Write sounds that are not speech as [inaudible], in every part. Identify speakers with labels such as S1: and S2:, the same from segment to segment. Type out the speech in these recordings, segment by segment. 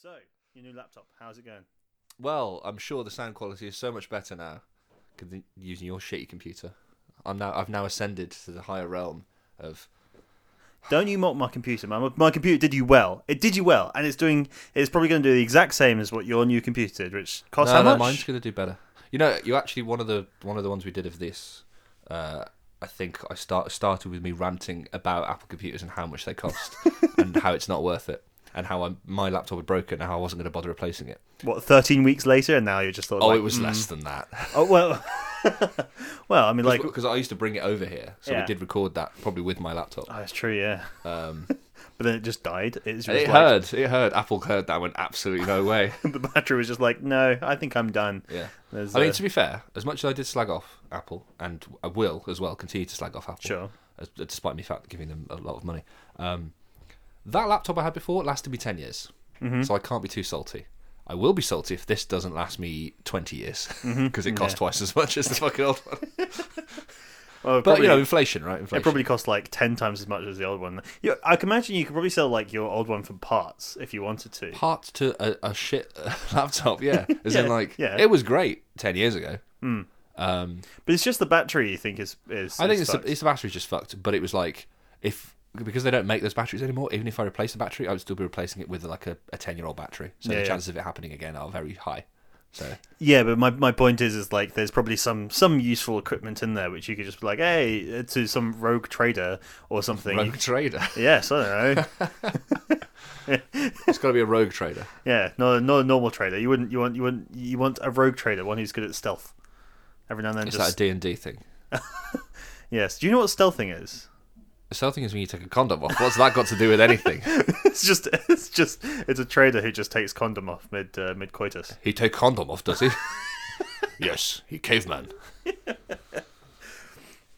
S1: So, your new laptop, how's it going?
S2: Well, I'm sure the sound quality is so much better now, 'cause the- using your shitty computer. I'm now I've now ascended to the higher realm of
S1: Don't you mock my computer, man. My- My computer did you well. It did you well, and it's doing. It's probably going to do the exact same as what your new computer did, which costs
S2: no,
S1: how
S2: no,
S1: much?
S2: mine's gonna do better. You know, you actually one of the one of the ones we did of this. Uh, I think I start started with me ranting about Apple computers and how much they cost
S1: [laughs]
S2: and how it's not worth it and how i my laptop had broken and how I wasn't going to bother replacing it.
S1: What, thirteen weeks later, and now you just thought.
S2: Oh,
S1: like,
S2: it was
S1: mm,
S2: less than that
S1: [laughs] Oh well. well, [laughs] I mean,
S2: [laughs]
S1: like,
S2: because I used to bring it over here, so
S1: Yeah.
S2: we did record that probably with my laptop.
S1: oh, it's true, yeah.
S2: Um,
S1: [laughs] But then it just died. It was just
S2: it
S1: like
S2: heard, it heard. Apple heard that and went absolutely no way.
S1: [laughs] the battery was just like, no, I think I'm done.
S2: Yeah.
S1: There's,
S2: I mean,
S1: uh,
S2: to be fair, as much as I did slag off Apple, and I will as well continue to slag off Apple,
S1: Sure.
S2: as, despite me fact giving them a lot of money, um, that laptop I had before lasted me 10 years.
S1: Mm-hmm.
S2: So I can't be too salty. I will be salty if this doesn't last me 20 years, because it costs
S1: Yeah.
S2: twice as much as
S1: [laughs]
S2: the fucking old one.
S1: well,
S2: But,
S1: probably-
S2: you know, inflation, right? Inflation.
S1: It probably costs like ten times as much as the old one. You, I can imagine you could probably sell like your old one for parts if you wanted to.
S2: Part to a, a shit uh, [laughs]
S1: [laughs]
S2: laptop, yeah. As in,
S1: Yeah,
S2: like,
S1: yeah.
S2: it was great 10 years ago. Um,
S1: But it's just the battery you think is is.
S2: I think
S1: is
S2: it's
S1: fucked.
S2: the, it's the battery's just fucked. But it was like if because they don't make those batteries anymore. Even if I replace the battery, I would still be replacing it with like a a ten year old battery. So
S1: Yeah,
S2: the
S1: yeah.
S2: chances of it happening again are very high. So
S1: yeah, but my, my point is is like there's probably some some useful equipment in there which you could just be like, hey, uh, to some rogue trader or something.
S2: rogue trader. [laughs]
S1: Yes, I don't know.
S2: it's got to be a rogue trader.
S1: Yeah, no, not a normal trader. You wouldn't. You want. You wouldn't. You want a rogue trader, one who's good at stealth. Every now and then,
S2: It's
S1: just
S2: that D and D thing.
S1: yes. Do you know what stealthing
S2: [laughs]
S1: is?
S2: The stealth thing is when you take a condom off. What's that got to do
S1: [laughs]
S2: with anything?
S1: It's just. It's just. It's a trader who just takes condom off mid uh, mid coitus.
S2: he take condom
S1: [laughs]
S2: off, does he? yes, he caveman.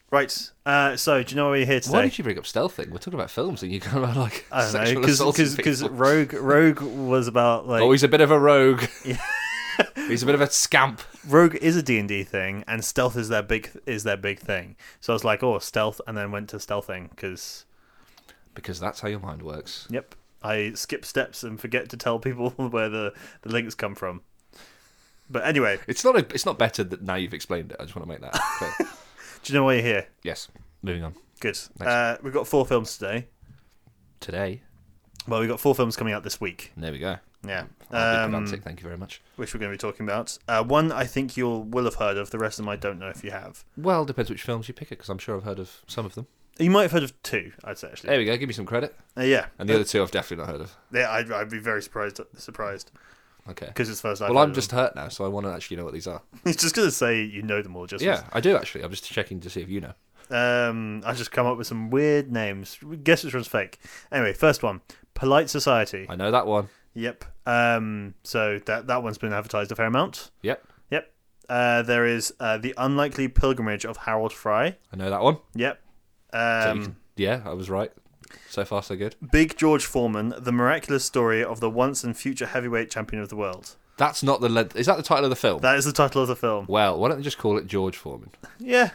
S1: Right. Uh, so, do you know why we're here today?
S2: Why did you bring up stealth thing? We're talking about films, and you go about like
S1: I don't know
S2: sexual assault.
S1: because because Rogue Rogue was about like
S2: Oh, he's a bit of a rogue. [laughs] he's a bit of a scamp.
S1: Rogue is a D and D thing and stealth is their big is their big thing. So I was like, oh, stealth, and then went to stealthing because
S2: Because that's how your mind works.
S1: yep, I skip steps and forget to tell people [laughs] where the the links come from. But anyway,
S2: It's not a, it's not better that now you've explained it. I just want to make that
S1: [laughs]
S2: clear.
S1: do you know why you're here?
S2: yes. Moving on.
S1: Good. Uh, we've got four films today.
S2: Today.
S1: Well, we've got four films coming out this week.
S2: There we go.
S1: Yeah.
S2: I'll be
S1: Um,
S2: pedantic, thank you very much.
S1: which we're going to be talking about. Uh, one I think you'll will have heard of. The rest of them I don't know if you have.
S2: Well, depends which films you pick it, because I'm sure I've heard of some of them.
S1: You might have heard of two, I'd say actually.
S2: There we go. Give me some credit.
S1: Uh, yeah,
S2: And the other two I've definitely not heard of.
S1: yeah, I'd, I'd be very surprised surprised
S2: Okay.
S1: because it's the first. I've
S2: Well,
S1: heard
S2: I'm
S1: of
S2: just hurt now, so I want to actually know what these are.
S1: them. It's [laughs] just gonna say you know them all. Just
S2: Yeah, I do actually. I'm just checking to see if you know.
S1: Um, I just come up with some weird names. Guess which one's fake. Anyway, first one, polite society.
S2: I know that one.
S1: Yep. Um, so that that one's been advertised a fair amount.
S2: Yep.
S1: Yep. Uh, there is uh, the unlikely pilgrimage of Harold Fry. I
S2: I know that one.
S1: Yep.
S2: So you
S1: Um,
S2: can- yeah, I was right. So far, so good.
S1: Big George Foreman: The miraculous story of the once and future heavyweight champion of the world.
S2: That's not the. Le- is that the title of the film?
S1: That is the title of the film.
S2: well, why don't they just call it George Foreman?
S1: Yeah.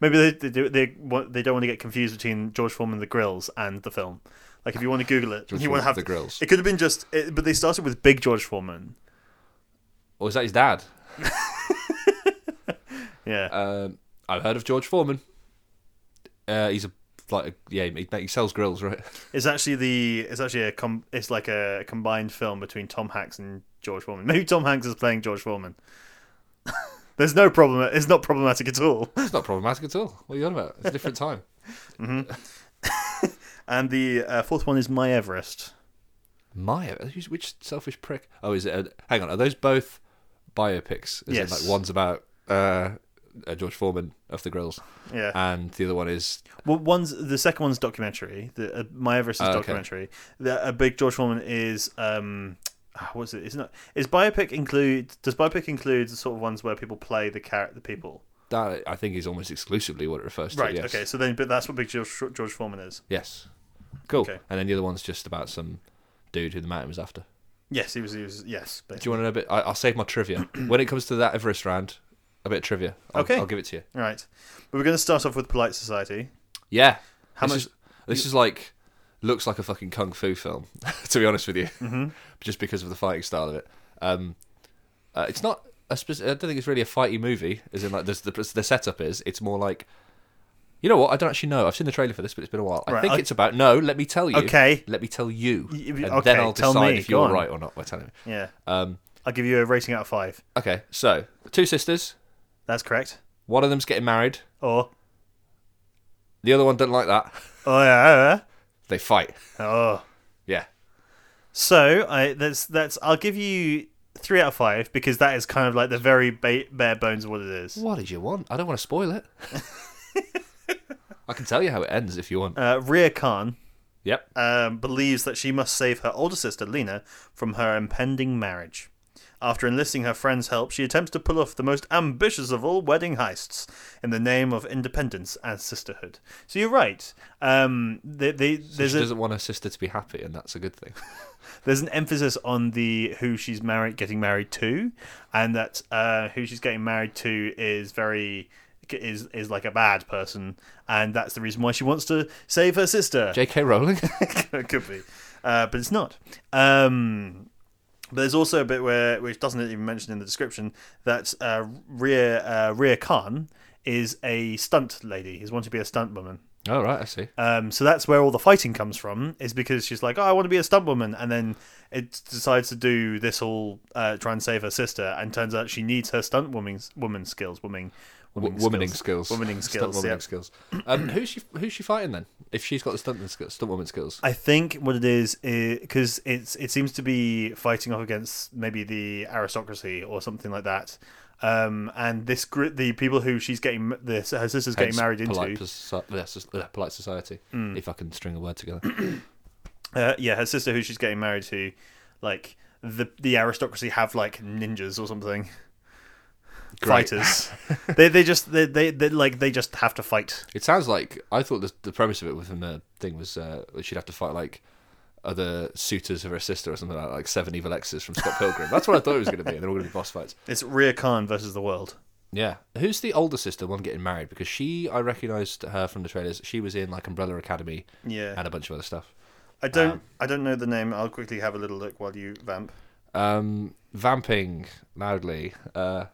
S1: Maybe they they do, they want, they don't want to get confused between George Foreman the grills and the film. Like if you want to Google it,
S2: George
S1: you want
S2: Foreman,
S1: to have
S2: The Grills.
S1: It could have been just, it, but they started with Big George Foreman.
S2: Or is that his dad?
S1: Yeah,
S2: Um, I've heard of George Foreman. Uh, he's a like a, yeah, he, he sells grills, right? [laughs]
S1: it's actually the it's actually a com, it's like a combined film between Tom Hanks and George Foreman. [laughs] Maybe Tom Hanks is playing George Foreman. [laughs] There's no problem. It's not problematic at all.
S2: It's not problematic at all. What are you on about? It's a different time.
S1: And the uh, fourth one is My Everest.
S2: Maya, who's- which selfish prick? Oh, is it? A, hang on, are those both biopics? Is it
S1: Yes.
S2: like one's about uh, uh, George Foreman of the grills,
S1: Yeah.
S2: and the other one is
S1: Well, one's the second one's documentary. The uh, My Everest is
S2: Oh, okay.
S1: documentary. The a big George Foreman is um, ah, what's it? Isn't it? Is biopic include? Does biopic include the sort of ones where people play the character, the people?
S2: that I think is almost exclusively what it refers to.
S1: Right.
S2: yes.
S1: Okay. So then, but that's what Big George, George Foreman is.
S2: Yes. Cool.
S1: Okay.
S2: And then the other one's just about some dude who the mountain was after.
S1: Yes, he was. He was. Yes.
S2: Do
S1: Basically.
S2: you want to know a bit? I, I'll save my [clears throat] trivia when it comes to that Everest round. A bit of trivia. I'll,
S1: Okay.
S2: I'll give it to you.
S1: Right. But we're going to start off with polite society.
S2: Yeah.
S1: How
S2: this
S1: much-
S2: Is, this is like looks like a fucking kung fu film, [laughs] to be honest with you, [laughs] just because of the fighting style of it. Um, uh, it's not. A spec- I don't think it's really a fighty movie, as in like there's the the setup is. It's more like, you know what? I don't actually know. I've seen the trailer for this, but it's been a while. I
S1: Right,
S2: think
S1: I-
S2: it's about no. Let me tell you.
S1: Okay.
S2: Let me tell you,
S1: Y-
S2: and
S1: okay,
S2: then I'll
S1: tell
S2: decide
S1: me,
S2: if
S1: go
S2: you're
S1: on.
S2: right or not by telling me.
S1: Yeah.
S2: Um,
S1: I'll give you a rating out of five.
S2: okay, so two sisters.
S1: That's correct.
S2: One of them's getting married.
S1: Or
S2: The other one doesn't like that. [laughs]
S1: oh yeah,
S2: They fight.
S1: yeah. oh.
S2: Yeah.
S1: So I that's that's I'll give you three out of five because that is kind of like the very ba- bare bones of what it is.
S2: What did you want? I don't want to spoil it. [laughs] I can tell you how it ends if you want.
S1: Uh, Ria Khan
S2: Yep.
S1: um, believes that she must save her older sister Lena from her impending marriage. After enlisting her friend's help, she attempts to pull off the most ambitious of all wedding heists in the name of independence and sisterhood. So you're right. Um, they, they,
S2: She
S1: there's a,
S2: doesn't want her sister to be happy, and that's a good thing.
S1: there's an emphasis on the who she's married getting married to and that uh, who she's getting married to is very is is like a bad person and that's the reason why she wants to save her sister
S2: J.K. Rowling.
S1: [laughs]
S2: [laughs]
S1: it could be uh, but it's not um but there's also a bit where which doesn't even mention in the description that uh, Rhea uh, Rhea Khan is a stunt lady. Is wanting to be a stunt woman.
S2: oh right, I see.
S1: Um, so that's where all the fighting comes from, is because she's like, oh, I want to be a stunt woman. And then it decides to do this all, uh, try and save her sister. And turns out she needs her stunt woman's, woman skills. Woman,
S2: W- womaning skills.
S1: Womaning
S2: Stunt
S1: skills.
S2: womaning
S1: yeah.
S2: skills. Um, who's she? Who's she fighting then? If she's got the stunt skills, stunt woman skills.
S1: I think what it is, because it's it seems to be fighting off against maybe the aristocracy or something like that. Um, and this gr- the people who she's getting, this, her sister's getting
S2: Hence
S1: married into.
S2: polite poso- yeah, sus- uh, polite society. If I can string a word together.
S1: uh, yeah, her sister who she's getting married to, like the the aristocracy have like ninjas or something. [laughs]
S2: Great.
S1: Fighters. they they just they, they they like they just have to fight.
S2: It sounds like I thought the, the premise of it within the thing was uh, that she'd have to fight like other suitors of her sister or something like that, like seven evil exes from Scott Pilgrim. That's what I thought it was going to be. and They're all going to be boss fights.
S1: It's Rhea Khan versus the world.
S2: Yeah, who's the older sister? One getting married because she I recognised her from the trailers. She was in like Umbrella Academy
S1: Yeah.
S2: and a bunch of other stuff.
S1: I don't I don't know the name. I'll quickly have a little look while you vamp.
S2: Um, vamping loudly. Uh,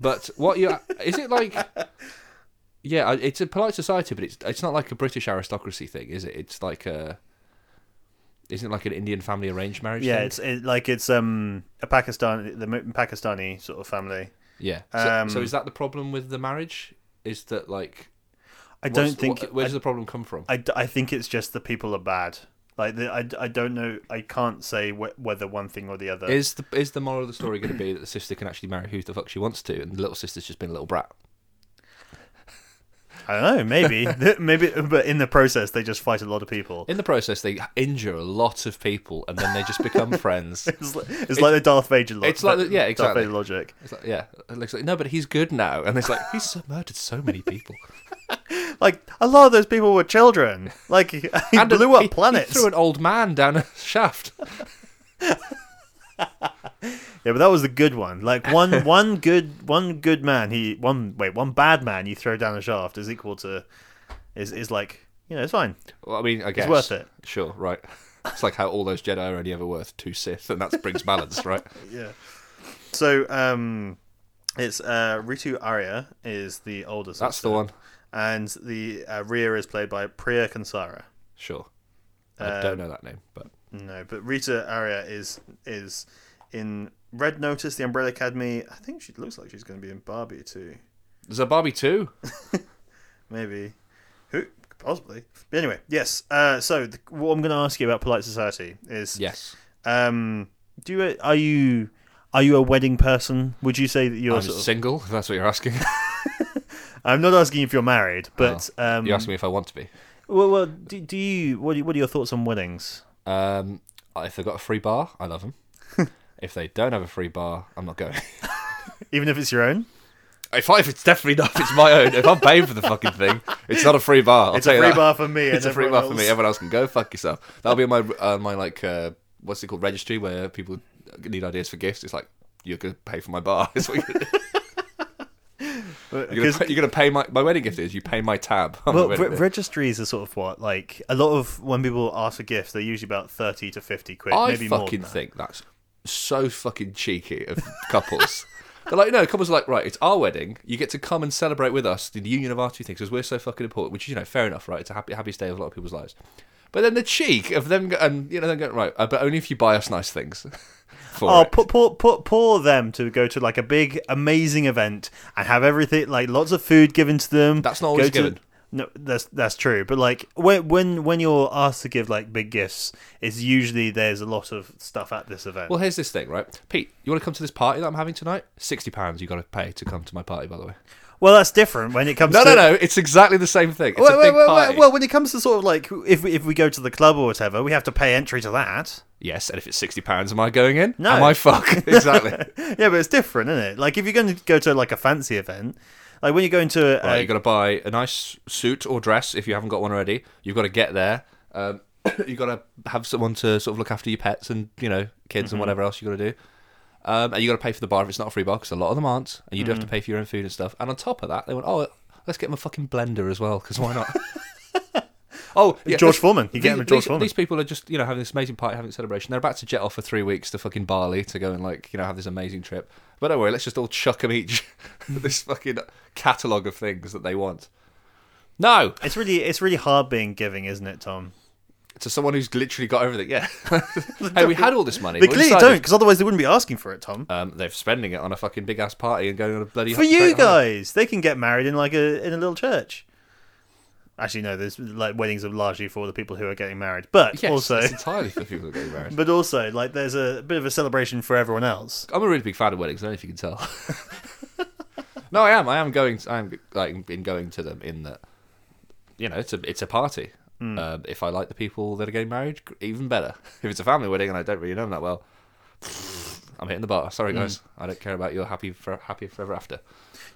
S2: but what you is
S1: [laughs]
S2: it like? Yeah, I- it's a polite society, but it's it's not like a British aristocracy thing, is it? It's like a isn't it like an Indian family arranged marriage?
S1: Yeah,
S2: thing?
S1: it's it, like it's um a Pakistani the mo- Pakistani sort of family.
S2: yeah. So,
S1: um,
S2: so is that the problem with the marriage? Is that like
S1: I
S2: what's-
S1: don't think
S2: what- where does the problem come from?
S1: I, d- I think it's just the people are bad. Like the, I, d- I don't know I can't say wh- whether one thing or the other.
S2: Is the is the moral of the story going to be that the sister can actually marry who the fuck she wants to, and the little sister's just been a little brat?
S1: I don't know,
S2: [laughs]
S1: maybe, [laughs] Th- maybe, but in the process they just fight a lot of people.
S2: In the process, they injure a lot of people, and then they
S1: [laughs]
S2: just become friends.
S1: It's like, it's like the Darth Vader logic.
S2: it's like the- yeah, exactly.
S1: Darth Vader logic.
S2: It's like, yeah, it looks like no, but he's good now, and it's like he's [laughs] so- murdered so many people
S1: Like a lot of those people were children. Like [laughs] he he
S2: [laughs] and uh,
S1: blew up
S2: he-
S1: planets.
S2: He threw an old man down a [laughs] shaft.
S1: yeah, but that was the good one. Like
S2: [laughs]
S1: one one good one good man. He one wait one bad man. You throw down a shaft is equal to is is like you know it's fine.
S2: Well, I mean, I guess
S1: worth it.
S2: Sure, right. It's like how all those Jedi are only ever worth two Sith, and that brings balance, right?
S1: Yeah. So um, it's uh Ritu Arya is the oldest.
S2: That's the one.
S1: and the uh, Rhea is played by Priya Kansara.
S2: Sure. I
S1: Um,
S2: don't know that name, but
S1: No, but Rita Aria is is in Red Notice, The Umbrella Academy. I think she looks like she's going to be in Barbie too.
S2: there's a Barbie too.
S1: Maybe, who possibly? But anyway, yes. Uh, so the, what I'm going to ask you about polite society is, [laughs]
S2: Yes,
S1: um, do you, are you are you a wedding person? Would you say that you're?
S2: I'm
S1: sort of-
S2: single. If that's what you're asking. [laughs]
S1: I'm not asking if you're married,
S2: Oh.
S1: but um,
S2: You asked me if I want to be.
S1: well, well, do, do you? What, do you- what are your thoughts on weddings?
S2: Um, if they've got a free bar, I love them.
S1: [laughs]
S2: if they don't have a free bar, I'm not going. [laughs]
S1: Even if it's your own,
S2: if, I, if it's definitely not, if it's my own, if I'm paying for the fucking thing, it's not a free bar. I'll
S1: it's
S2: tell
S1: a
S2: you
S1: free
S2: that.
S1: bar for me.
S2: [laughs] It's a free bar for me.
S1: Else.
S2: Everyone else can go fuck yourself. That'll be on my uh, my like uh, what's it called registry where people [laughs] need ideas for gifts. It's like you're gonna pay for my bar. It's like- You're
S1: Because
S2: gonna, you're gonna pay my my wedding gift is you pay my tab. on my
S1: well,
S2: wedding
S1: re-
S2: day.
S1: registries are sort of what like a lot of when people ask for gifts, they're usually about thirty to fifty quid,
S2: I
S1: maybe more.
S2: fucking
S1: Than that.
S2: think that's so fucking cheeky of couples. [laughs] They're like, no, couples are like, right, it's our wedding. You get to come and celebrate with us the union of our two things because we're so fucking important. Which you know, fair enough, right? It's a happy, happy day of a lot of people's lives. But then the cheek of them, go, and you know, them going right, uh, but only if you buy us nice things. [laughs] For
S1: Oh,
S2: it.
S1: put poor, poor, poor them to go to like a big, amazing event and have everything like lots of food given to them.
S2: That's not
S1: Go
S2: always
S1: to-
S2: given.
S1: No, that's that's true. But like when when when you're asked to give like big gifts, it's usually there's a lot of stuff at this event.
S2: Well, here's this thing, right? Pete, you want to come to this party that I'm having tonight? Sixty pounds you got to pay to come to my party, by the way.
S1: Well, that's different when it comes.
S2: No,
S1: to...
S2: no, no. It's exactly the same thing. It's
S1: Well,
S2: a big
S1: well, well,
S2: party.
S1: well, well, when it comes to sort of like if we, if we go to the club or whatever, we have to pay entry to that.
S2: yes, and if it's sixty pounds, am I going in?
S1: No.
S2: Am I fuck? exactly.
S1: [laughs] Yeah, but it's different, isn't it? Like if you're going to go to like a fancy event, like when you're going to, uh,
S2: Right, you've got to buy a nice suit or dress if you haven't got one already. You've got to get there. Um, [coughs] you've got to have someone to sort of look after your pets and you know kids and whatever else you've got to do. Um, and you got to pay for the bar if it's not a free bar because a lot of them aren't, and you do have to pay for your own food and stuff. And on top of that, they went, "Oh, let's get them a fucking blender as well because why not?" oh, yeah,
S1: George
S2: let's-
S1: Foreman. You get
S2: these-
S1: him at George
S2: these,
S1: Foreman.
S2: these people are just you know having this amazing party, having a celebration. They're about to jet off for three weeks to fucking Bali to go and like you know have this amazing trip. But don't worry, let's just all chuck them each [laughs] this fucking catalog of things that they want. No,
S1: It's really it's really hard being giving, isn't it, Tom?
S2: to someone who's literally got everything. Yeah, [laughs] hey, we had all this money.
S1: They
S2: we
S1: clearly
S2: decided-
S1: don't, because otherwise they wouldn't be asking for it, Tom.
S2: Um, they're spending it on a fucking big ass party and going on a bloody
S1: for you
S2: great holiday.
S1: guys, they can get married in like a in a little church. Actually, no. There's like weddings are largely for the people who are getting married, but
S2: Yes,
S1: also,
S2: it's entirely for people who are getting married.
S1: [laughs] but also, like there's a bit of a celebration for everyone else.
S2: I'm a really big fan of weddings. I don't know if you can tell. [laughs] no, I am. I am going. I am like in going to them in that. You know, it's a it's a party. Um, if I like the people that are getting married, gr- even better. [laughs] If it's a family wedding and I don't really know them that well, [sniffs] I'm hitting the bar. Sorry guys, I don't care about your happy for, happy forever after.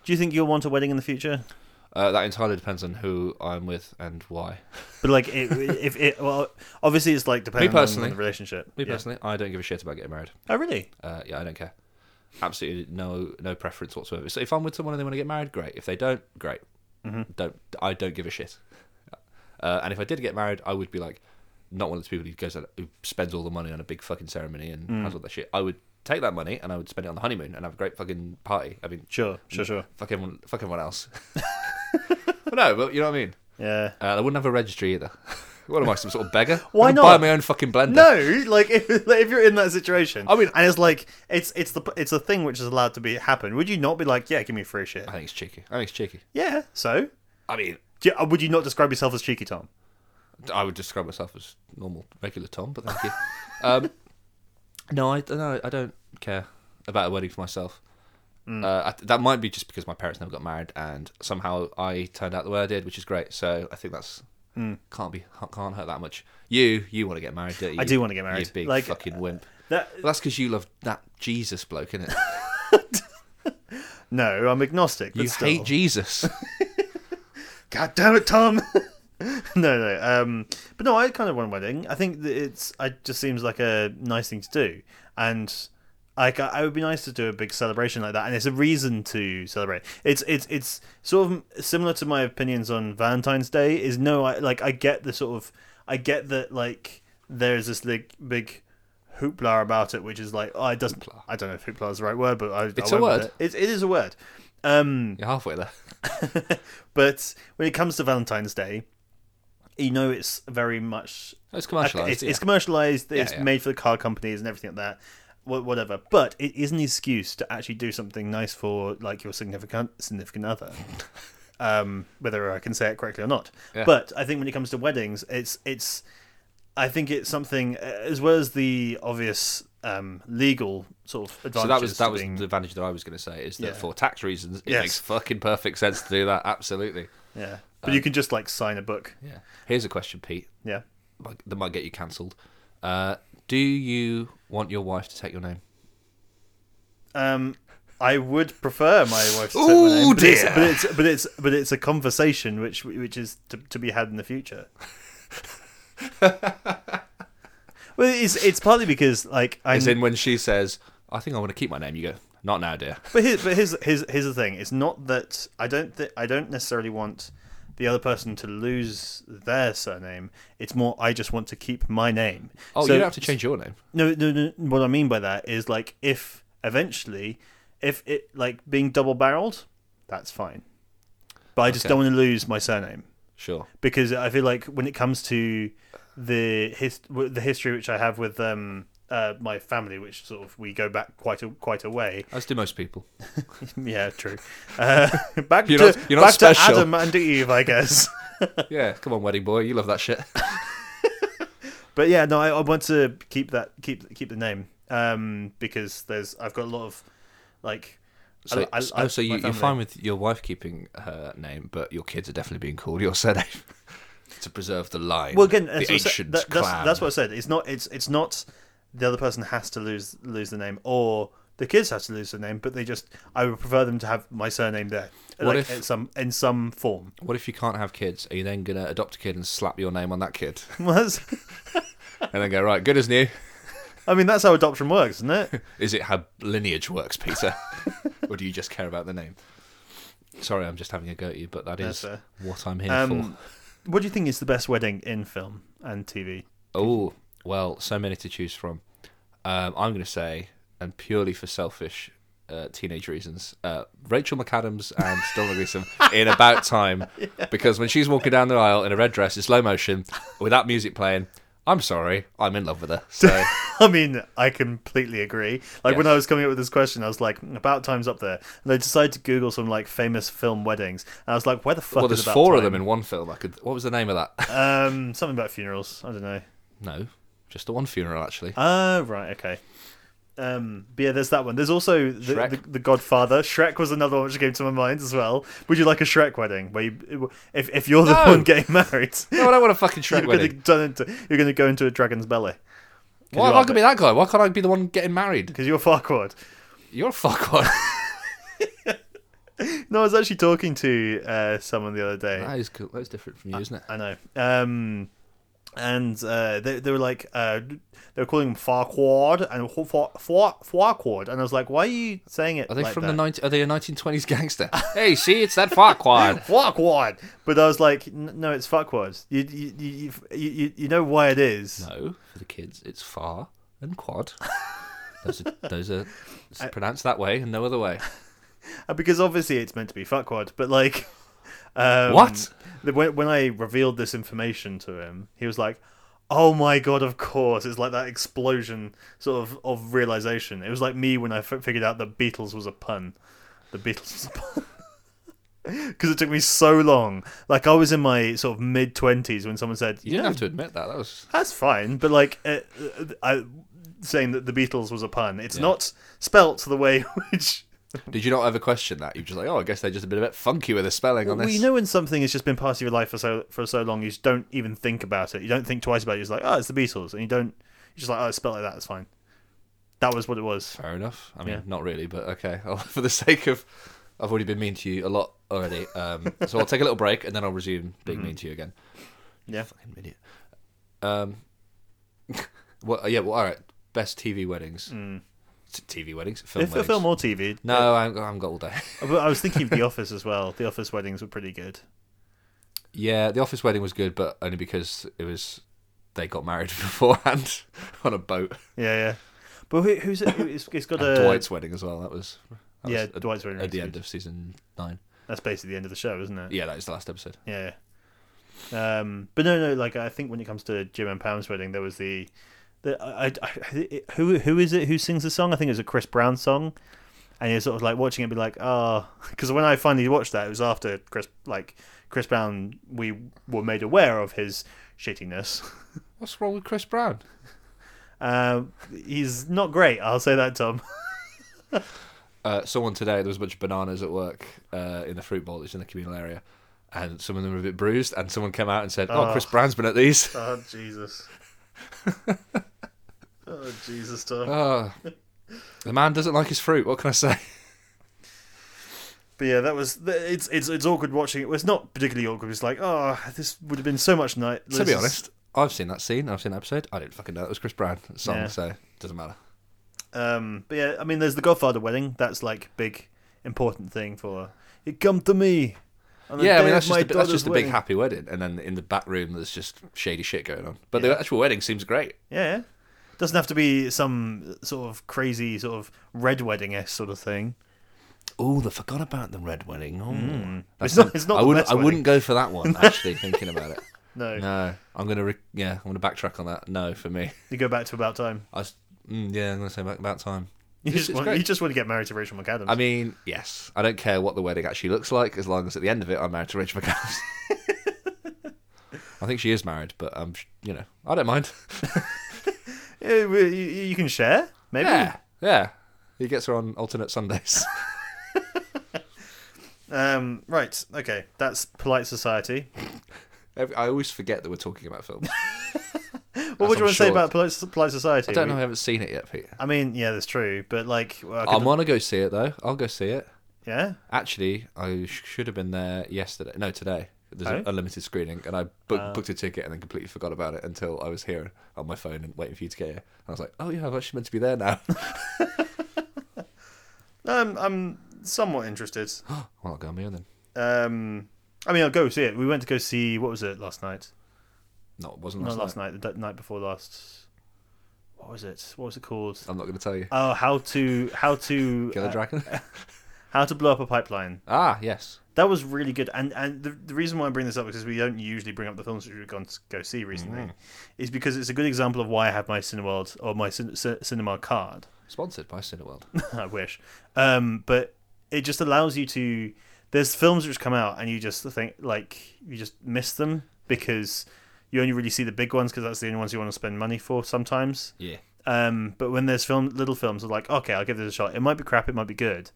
S1: Do you think you'll want a wedding in the future?
S2: Uh, that entirely depends on who I'm with and why.
S1: But like,
S2: [laughs]
S1: it, if it well, obviously it's like depending
S2: personally.
S1: on the relationship.
S2: Me
S1: Yeah.
S2: personally, I don't give a shit about getting married.
S1: Oh really?
S2: Uh, yeah, I don't care. Absolutely no no preference whatsoever. So if I'm with someone and they want to get married, great. If they don't, great.
S1: Mm-hmm.
S2: Don't I don't give a shit. Uh, and if I did get married, I would be like not one of those people who goes out, who spends all the money on a big fucking ceremony and
S1: Mm.
S2: has all that shit. I would take that money and I would spend it on the honeymoon and have a great fucking party. I mean,
S1: Sure, sure, sure.
S2: fuck everyone, fuck everyone else. [laughs] But no, but you know what I mean.
S1: Yeah.
S2: Uh, I wouldn't have a registry either. [laughs] what am I, some sort of beggar?
S1: Why
S2: I could Buy
S1: not?
S2: my own fucking blender.
S1: No, like if, [laughs] like, if you're in that situation,
S2: I mean-
S1: and it's like it's it's the it's a thing which is allowed to be happen. Would you not be like, yeah, give me free shit?
S2: I think it's cheeky. I think it's cheeky.
S1: Yeah. So,
S2: I mean,
S1: Do you- uh, would you not describe yourself as cheeky, Tom?
S2: I would describe myself as normal, regular Tom, but thank you. um, [laughs] no, I no, I don't care about a wedding for myself.
S1: Mm.
S2: Uh, I, that might be just because my parents never got married, and somehow I turned out the way I did, which is great. So I think that's
S1: Mm.
S2: can't be can't hurt that much. You you want to get married? Don't you?
S1: I do wanna get married.
S2: You big
S1: Like, uh,
S2: fucking wimp.
S1: That,
S2: Well, that's because you love that Jesus bloke,
S1: [laughs]
S2: innit?
S1: no, I'm agnostic. But
S2: You
S1: still. [laughs]
S2: hate Jesus.
S1: God damn it, Tom. [laughs] no, no. Um, but no, I kind of want a wedding. I think that it's. It just seems like a nice thing to do, and like I, it would be nice to do a big celebration like that. And it's a reason to celebrate. It's it's it's sort of similar to my opinions on Valentine's Day. Is no, I like I get the sort of I get that like there is this like big hoopla about it, which is like oh, it doesn't. I don't know if hoopla is the right word, but I,
S2: It's
S1: I
S2: a
S1: went with
S2: word.
S1: It. It, it is a word. Um,
S2: You're halfway there.
S1: but when it comes to Valentine's Day, you know it's very much
S2: It's commercialized.
S1: it's,
S2: yeah.
S1: it's commercialized. It's
S2: yeah.
S1: made for the car companies and everything like that, wha- whatever. But it is an excuse to actually do something nice for like your significant significant
S2: [laughs]
S1: other. um, whether I can say it correctly or not,
S2: Yeah.
S1: but I think when it comes to weddings, it's it's. I think it's something as well as the obvious um, legal sort of advantages.
S2: So that was
S1: to
S2: that was
S1: being-
S2: the advantage that I was going to say is that
S1: Yeah.
S2: for tax reasons, it
S1: Yes.
S2: makes fucking perfect sense to do that. Absolutely.
S1: yeah. But
S2: um,
S1: you can just like sign a book.
S2: Yeah. Here's a question, Pete,
S1: Yeah.
S2: like, that might get you cancelled. Uh, do you want your wife to take your name?
S1: Um, I would prefer my wife to take my name,
S2: Ooh,
S1: but it's,
S2: dear.
S1: but it's but it's but it's a conversation which which is to, to be had in the
S2: [laughs]
S1: future. well, it's it's partly because like I'm
S2: Mm. As in, when she says, "I think I want to keep my name," you go, Not now, dear.
S1: But here's but here's, here's here's the thing. It's not that I don't th- I don't necessarily want the other person to lose their surname. It's more I just want to keep my name.
S2: Oh,
S1: So-
S2: you don't have to change your name.
S1: No, no, no. What I mean by that is like if eventually, if it like being double barreled, that's fine. But I just
S2: Okay.
S1: don't want to lose my surname
S2: Sure.
S1: because I feel like when it comes to the his w- the history which I have with um uh my family, which sort of we go back quite a quite a way. [laughs]
S2: As do most people.
S1: Yeah, true. Uh, [laughs] back
S2: You're
S1: to
S2: not- you're not
S1: back to
S2: special.
S1: Adam and Eve, I
S2: [laughs]
S1: guess.
S2: [laughs] yeah, come on, wedding boy, you love that shit.
S1: But yeah, no, I, I want to keep that keep keep the name um because there's I've got a lot of like.
S2: [laughs] So,
S1: I- I-
S2: so-
S1: I-
S2: oh, so you,
S1: my
S2: you're
S1: family.
S2: fine with your wife keeping her name, but your kids are definitely being called your [laughs] surname to preserve the line.
S1: Well, again,
S2: the
S1: that's what I said-
S2: ancient
S1: that- that's,
S2: clan.
S1: that's what I said. It's not. It's it's not. The other person has to lose lose the name, or the kids have to lose the name. But they just. I would prefer them to have my surname there,
S2: What
S1: like
S2: if-
S1: in some in some form. [laughs]
S2: What if you can't have kids? Are you then gonna adopt a kid and slap your name on that kid, [laughs]
S1: Well, that's,
S2: and then go right, good as new?
S1: I mean, that's how adoption works, isn't
S2: [laughs]
S1: it?
S2: Is it how lineage works, Peter, [laughs] or do you just care about the name? Sorry, I'm just having a go at you, but that
S1: That's
S2: is
S1: fair.
S2: what I'm here for.
S1: Um, what do you think is the best wedding in film and TV?
S2: Oh, well, so many to choose from. Um, I'm going to say, and purely for selfish uh, teenage reasons, uh, Rachel McAdams
S1: [laughs]
S2: and Donald Gleason in About Time. Because when she's walking down the aisle in a red dress in slow motion with that music playing, I'm sorry, I'm in love with her. So,
S1: [laughs] I mean, I completely agree. Like when I was coming up with this question, I was like, "About time's up there," and I decided to Google some like famous film weddings, and I was like, "Where the fuck?"
S2: well,
S1: is
S2: there's
S1: about
S2: four of
S1: time?
S2: them in one film. I could. What was the name of that?
S1: [laughs]
S2: [laughs]
S1: Um, something about funerals. I don't know.
S2: no, just the one
S1: [laughs]
S2: funeral actually.
S1: Oh, right, okay. Um, but yeah, there's that one. There's also the,
S2: Shrek.
S1: the, the Godfather. Shrek was another one which came to my mind as well. Would you like a Shrek wedding? Where you, if if you're the
S2: No.
S1: one getting
S2: [laughs]
S1: married,
S2: No, I don't want a fucking
S1: [laughs] you're
S2: Shrek
S1: gonna
S2: wedding.
S1: turn into you're gonna go into a dragon's belly.
S2: Why am I going to be that guy? Why can't I be the one getting married?
S1: Because you're Farquaad.
S2: You're a fuck
S1: [laughs]
S2: one.
S1: No, I was actually talking to uh, someone the other day.
S2: that is cool. That's different from you, isn't it?
S1: I know. Um, and uh, they, they were like, uh, they were calling him Farquaad and Fa- Fa- Farquaad, and I was like, why are you saying it?
S2: Are they
S1: like
S2: from
S1: that?
S2: the 90, Are they a
S1: [laughs]
S2: 1920s gangster? hey, see, it's that Farquaad.
S1: Fuckwad. But I was like, "N- no, it's fuckwad. You you, you you you you know why it is.
S2: no, for the kids, it's far
S1: [laughs]
S2: and quad. Those are, those are it's pronounced that way and no other way.
S1: Uh, Because obviously it's meant to be fuckwad, but like [laughs] um,
S2: What?
S1: the- When, when I revealed this information to him, he was like, "Oh my god, of course!" It's like that explosion sort of of realization. It was like me when I f- figured out that Beatles was a pun. The Beatles was a pun. [laughs] Because it took me so long. Like I was in my sort of mid twenties when someone said,
S2: You didn't
S1: know,
S2: have to admit that. That was
S1: That's fine, but like uh, uh, I, saying that the Beatles was a pun, it's not spelt the way [laughs] which.
S2: Did you not ever question that? You're just like, oh, I guess they're just a bit a bit funky with the spelling on
S1: Well,
S2: this.
S1: you know when something has just been part of your life for so for so long, you just don't even think about it. You don't think twice about it. You're just like, oh, it's the Beatles, and you don't. You're just like, oh, it's spelled like that. It's fine. That was what it was.
S2: Fair enough. I mean,
S1: Yeah.
S2: not really, but okay. [laughs] I'll- for the sake of, I've already been mean to you a lot already. Um, so I'll take a little break and then I'll resume being
S1: Mm-hmm.
S2: mean to you again.
S1: Yeah.
S2: Fucking idiot. Um. [laughs] well, uh, yeah. Well, all right. Best TV weddings. T- TV weddings. Film
S1: If Mm. a
S2: weddings.
S1: film or TV,
S2: no, I haven't, I haven't got all day. [laughs]
S1: But I was thinking of The Office as well. The Office weddings were pretty good.
S2: yeah, the office wedding was good, but only because it was they got married [laughs] beforehand on a boat.
S1: Yeah, yeah. But who, who's it? It's, it's got
S2: And
S1: a
S2: Uh, Dwight's wedding as well. That was. That
S1: uh, yeah,
S2: was at,
S1: Dwight's wedding.
S2: at the
S1: was
S2: end
S1: good.
S2: of season nine.
S1: That's basically the end of the show, isn't it?
S2: Yeah, that is the last episode.
S1: Yeah. Um, but no, no. Like I think when it comes to Jim and Pam's wedding, there was the, the I, I, I- who who is it who sings the song? I think it was a Chris Brown song, and you're sort of like watching it, be like, [laughs] oh, because when I finally watched that, it was after Chris, like Chris Brown, we were made aware of his shittiness. [laughs]
S2: What's wrong with Chris Brown?
S1: Um, he's not great. I'll say that, Tom.
S2: uh, someone today there was a bunch of bananas at work uh, in the fruit bowl that's in the communal area and some of them were a bit bruised and someone came out and said oh,
S1: Oh.
S2: chris brown's been at these
S1: [laughs] Oh Jesus. oh Jesus, Tom.
S2: oh, the man doesn't like his fruit what can i say [laughs]
S1: But yeah, that was th- it's it's it's awkward watching it. Well, It's not particularly awkward. It's like, oh, this would have been so much night.
S2: to be honest i've seen that scene i've seen that episode i didn't fucking know it was chris brown song
S1: Yeah.
S2: so doesn't matter
S1: Um, but yeah, I mean, there's the Godfather wedding. That's like big important thing for it. Come to me. on the
S2: yeah, I
S1: day
S2: mean
S1: of
S2: that's
S1: my
S2: just, a, that's
S1: daughter's
S2: just a big
S1: wedding.
S2: happy wedding, and then in the back room there's just shady shit going on. But the actual wedding seems great.
S1: Yeah, yeah. Doesn't have to be some sort of crazy sort of red wedding esque sort of thing.
S2: Oh, they forgot about the red wedding. Oh, that's
S1: Hmm. It's not-
S2: some-
S1: it's not
S2: I
S1: the
S2: wouldn't.
S1: best
S2: I wouldn't go for that one.
S1: [laughs]
S2: Actually, thinking about it.
S1: No.
S2: No, I'm gonna. Re- yeah, I'm gonna backtrack on that. No, for me,
S1: You go back to about time.
S2: I was. Mm, yeah, I'm gonna say about, about time.
S1: You
S2: [laughs] It's-
S1: just,
S2: it's
S1: want,
S2: great.
S1: you just want to get married to Rachel McAdams.
S2: I mean, yes, I don't care what the wedding actually looks like, as long as at the end of it I'm married to Rich McAdams. [laughs] I think she is married, but um, sh- you know, I don't mind.
S1: Yeah, well, you, you can share, maybe.
S2: Yeah, [laughs] yeah. He gets her on alternate Sundays. [laughs]
S1: Um, right. Okay. That's polite society.
S2: Every- I always forget that we're talking about films.
S1: What would
S2: I'm
S1: you want to say
S2: sure.
S1: about polite, polite society?
S2: I don't know. I haven't seen it yet, Pete.
S1: I mean, yeah, that's true. But like, well, I
S2: I
S1: could-
S2: want to go see it though. I'll go see it.
S1: yeah.
S2: Actually, I sh- should have been there yesterday. No, today. There's
S1: Oh? Ah.
S2: a, a limited screening, and I book, booked a ticket and then completely forgot about it until I was here on my phone and waiting for you to get here. And I was like, "Oh yeah, I'm actually meant to be there now." [laughs]
S1: Um, I'm somewhat
S2: [gasps]
S1: interested.
S2: well, I'll go on here then.
S1: Um, I mean, I'll go see it. We went to go see what was it last night?
S2: No, it wasn't last,
S1: Not last
S2: night.
S1: night. The d- night before last. What was it? What was it called?
S2: I'm not going to tell you.
S1: Oh, how to how to
S2: Kill a
S1: uh,
S2: dragon.
S1: how to blow up a pipeline.
S2: [laughs] ah, yes.
S1: That was really good. And and the, the reason why I bring this up is because we don't usually bring up the films which we've gone to go see recently,
S2: Mm-hmm.
S1: is because it's a good example of why I have my Cineworld or my cin- Cin- cinema card.
S2: Sponsored by Cineworld.
S1: [laughs] I wish. Um, but it just allows you to. There's films which come out and you just think like you just miss them because you only really see the big ones because that's the only ones you want to spend money for sometimes.
S2: yeah.
S1: Um, but when there's film, little films are like, okay, I'll give this a shot. It might be crap, it might be good.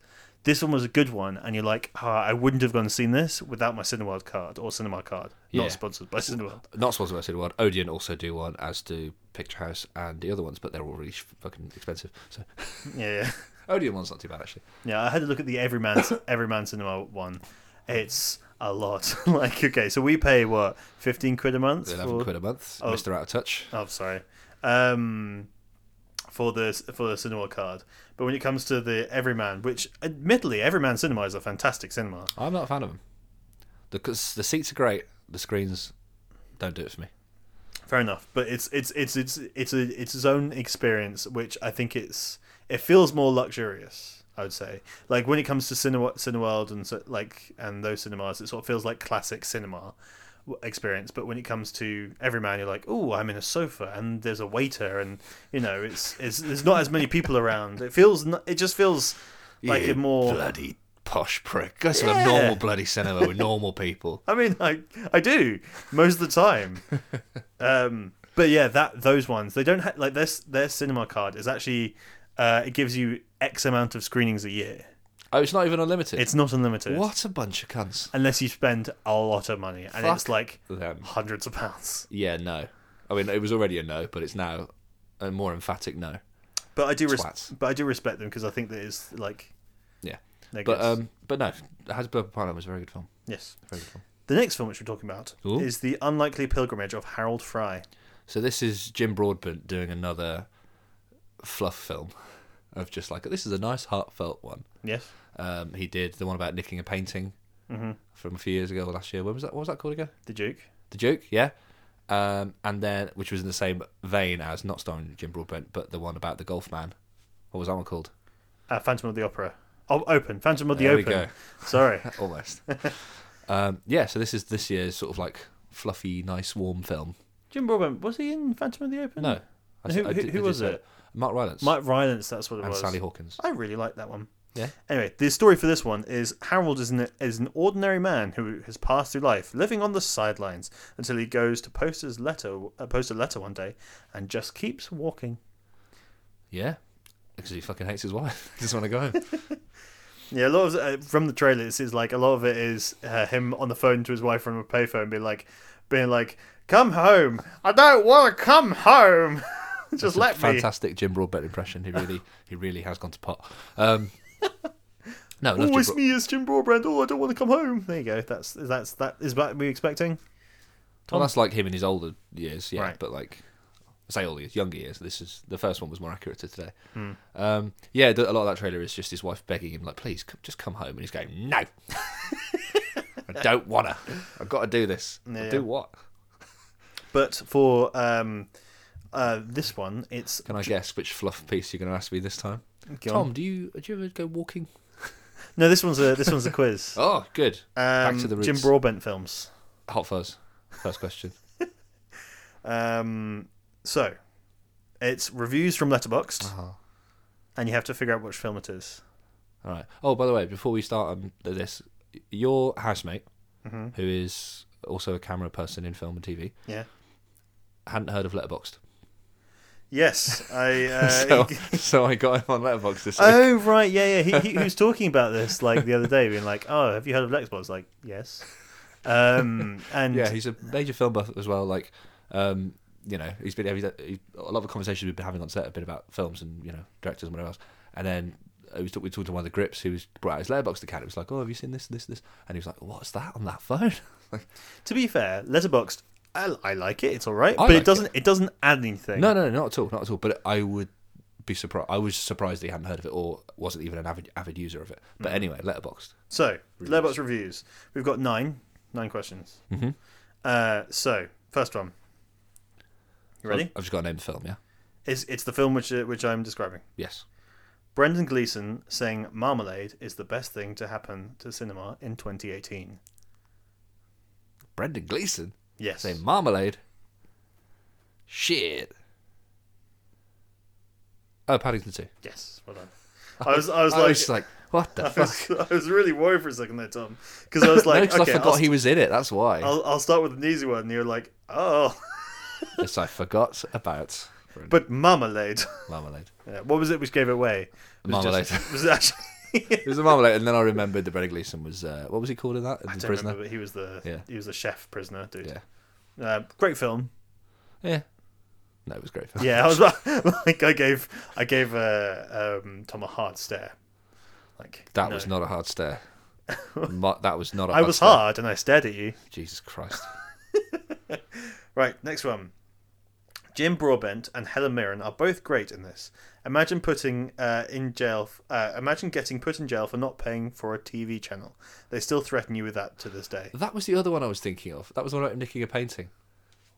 S1: This one was a good one, and you're like, oh, I wouldn't have gone and seen this without my Cineworld card or Cinema card,
S2: Yeah.
S1: not sponsored by Cineworld.
S2: Not sponsored by Cineworld. Odeon also do one, as do Picturehouse and the other ones, but they're all really sh- fucking expensive. So [laughs]
S1: Yeah, [laughs] yeah,
S2: Odeon one's not too bad actually.
S1: yeah. I had a look at the Everyman Everyman Cinema one. It's a lot. [laughs] like, okay, so we pay what fifteen quid a month.
S2: Eleven
S1: for-
S2: quid a month.
S1: Oh.
S2: Mister Out of Touch.
S1: Oh, sorry. Um, for the for the Cinema card, but when it comes to the Everyman, which admittedly Everyman Cinema is a fantastic cinema.
S2: I'm not a fan of them. Because the seats are great, the screens don't do it for me.
S1: Fair enough, but it's it's it's it's it's a, it's its own experience, which I think it's it feels more luxurious. I would say, like when it comes to cinema, Cineworld and so, like and those cinemas, it sort of feels like classic cinema w- experience. But when it comes to Everyman, you're like, oh, I'm in a sofa and there's a waiter, and you know, it's it's there's not as many people around. It feels n- it just feels like a more.
S2: bloody posh prick. Go to
S1: Yeah.
S2: the normal bloody cinema with normal people.
S1: I mean, I I do most of the time. um, but yeah, that those ones they don't have like their their cinema card is actually uh, it gives you X amount of screenings a year.
S2: [laughs] Oh, it's not even unlimited.
S1: It's not unlimited.
S2: what a bunch of cunts.
S1: Unless you spend a lot of money, and it's
S2: Fuck
S1: like
S2: Them.
S1: hundreds of pounds.
S2: Yeah, no. I mean, it was already a no, but it's now a more emphatic no.
S1: But I do res-
S2: Twats.
S1: but I do respect them because I think that is like
S2: Yeah.
S1: they're
S2: But
S1: good.
S2: um, but no, Hasbro Pilot was a very good film.
S1: yes.
S2: Very good film.
S1: The next film which we're talking about
S2: Ooh.
S1: is the unlikely pilgrimage of Harold Fry.
S2: So this is Jim Broadbent doing another fluff film of just like this is a nice heartfelt one.
S1: Yes,
S2: Um, he did the one about nicking a painting
S1: Mm-hmm.
S2: from a few years ago, last year. When was that? What was that called again?
S1: the Duke.
S2: The Duke, yeah. Um, and then, which was in the same vein as not starring Jim Broadbent, but the one about the golf man. What was that one called? [laughs]
S1: Uh, Phantom of the Opera. Oh, open. Phantom of the
S2: There we
S1: Open.
S2: go. [laughs]
S1: Sorry. [laughs]
S2: Almost. um, yeah. So this is this year's sort of like fluffy, nice, warm film.
S1: Jim Broadbent was he in Phantom of the Open?
S2: No,
S1: Who-
S2: I I
S1: who-
S2: did- I
S1: who
S2: did
S1: was
S2: say
S1: it?
S2: Mark Rylance
S1: Mike Rylance, that's what it
S2: and
S1: was.
S2: Sally Hawkins.
S1: I really like that one.
S2: Yeah.
S1: Anyway, the story for this one is Harold is an, is an ordinary man who has passed through life living on the sidelines until he goes to post his letter, uh, post a letter one day, and just keeps walking.
S2: Yeah, because he fucking hates his wife. [laughs] he just want to go home.
S1: Yeah, a lot of uh, from the trailer, it's, it's like a lot of it is uh, him on the phone to his wife from a payphone, being like, being like, "Come home, I don't want to come home, [laughs] just let me."
S2: Fantastic Jim Broadbent impression. He really, he really has gone to pot.
S1: [laughs]
S2: Um, no, I love
S1: Oh,
S2: Jim
S1: it's
S2: Broad-
S1: me, it's Jim Broadbent. Oh, I don't want to come home. There you go. That's that's that is that we expecting.
S2: Well, that's like him in his older years, yeah.
S1: Right.
S2: But like, I say all the years, younger years. This is the first one was more accurate to today.
S1: Hmm.
S2: Um, yeah, the, a lot of that trailer is just his wife begging him, like, please, c- just come home, and he's going,
S1: [laughs]
S2: no, I don't wanna. I've got to do this.
S1: Yeah,
S2: Do
S1: yeah.
S2: what?
S1: But for um, uh, this one, it's
S2: Can I guess which fluff piece you're going to ask me this time?
S1: Go
S2: Tom,
S1: on.
S2: do you do you ever go walking?
S1: no. This one's a this one's a quiz.
S2: Oh, good.
S1: Um,
S2: [laughs] Back to the roots.
S1: Jim Broadbent films.
S2: Hot Fuzz. First question.
S1: Um, so it's reviews from Letterboxd,
S2: Uh-huh.
S1: and you have to figure out which film it is.
S2: All right. Oh, by the way, before we start on this, your housemate, who is also a camera person in film and TV,
S1: Yeah.
S2: hadn't heard of Letterboxd.
S1: Yes,
S2: [laughs]
S1: I. Uh,
S2: so, so I got him on Letterboxd this week.
S1: Oh right, yeah, yeah. He, he, he was talking about this like the other day, being like, "Oh, have you heard of Letterboxd?" Like, yes. Um, and
S2: [laughs] Yeah, he's a major film buff as well. Like, um, you know, he's been he's, he's, a lot of conversations we've been having on set have been about films and you know directors and whatever else. And then uh, we talked, we talked to one of the grips who was brought out his Letterboxd account. It was like, oh, have you seen this, this, this? And he was like, what's that on that phone? [laughs] like,
S1: to be fair, Letterboxd, I, I like it. It's all right,
S2: I
S1: but
S2: like
S1: it doesn't it. doesn't add anything.
S2: No, no, no, not at all, not at all. But I would be surprised. I was surprised that he hadn't heard of it or wasn't even an avid avid user of it.
S1: Mm-hmm.
S2: But anyway, letterboxed.
S1: So Letterboxd reviews. We've got nine nine questions.
S2: Mhm.
S1: Uh, so first one. You ready?
S2: I've just got to name the film. Yeah.
S1: It's it's the film which uh, which I'm describing.
S2: Yes.
S1: Brendan Gleeson saying "Marmalade" is the best thing to happen to cinema in 2018.
S2: Brendan Gleeson
S1: Yes.
S2: saying marmalade. Shit. Oh, Paddington Two.
S1: Yes. Well done. I was I was
S2: [laughs] I
S1: like.
S2: was like, what
S1: [laughs]
S2: the
S1: I
S2: fuck?
S1: was, I was really worried for a second there, Tom, because
S2: [laughs]
S1: I was
S2: No,
S1: like,
S2: 'cause
S1: okay,
S2: I
S1: I'll,
S2: forgot he was in it. That's why.
S1: I'll, I'll start with an easy one. And you're like, oh,
S2: yes, I forgot about Brendan
S1: but marmalade. [laughs]
S2: marmalade.
S1: Yeah, what was it which gave it away? It was
S2: Marmalade.
S1: Just, was it actually? [laughs]
S2: It was a marmalade, and then I remembered that Brendan Gleeson was uh, what was he called in that?
S1: I don't
S2: The prisoner.
S1: remember, but he was the
S2: Yeah.
S1: he was the chef prisoner dude. Uh, great film.
S2: Yeah. No, it was great. Film.
S1: Yeah, I was [laughs] like, I gave I gave uh, um, Tom a hard stare. Like
S2: That
S1: no.
S2: was not a
S1: [laughs]
S2: hard stare. Mo- that was not a
S1: I
S2: hard
S1: was
S2: stare.
S1: hard and I stared at you.
S2: Jesus Christ.
S1: Right, next one. Jim Broadbent and Helen Mirren are both great in this. Imagine putting uh, in jail. f- Uh, imagine getting put in jail for not paying for a TV channel. They still threaten you with that to this day.
S2: That was the other one I was thinking of. That was the one about nicking a painting.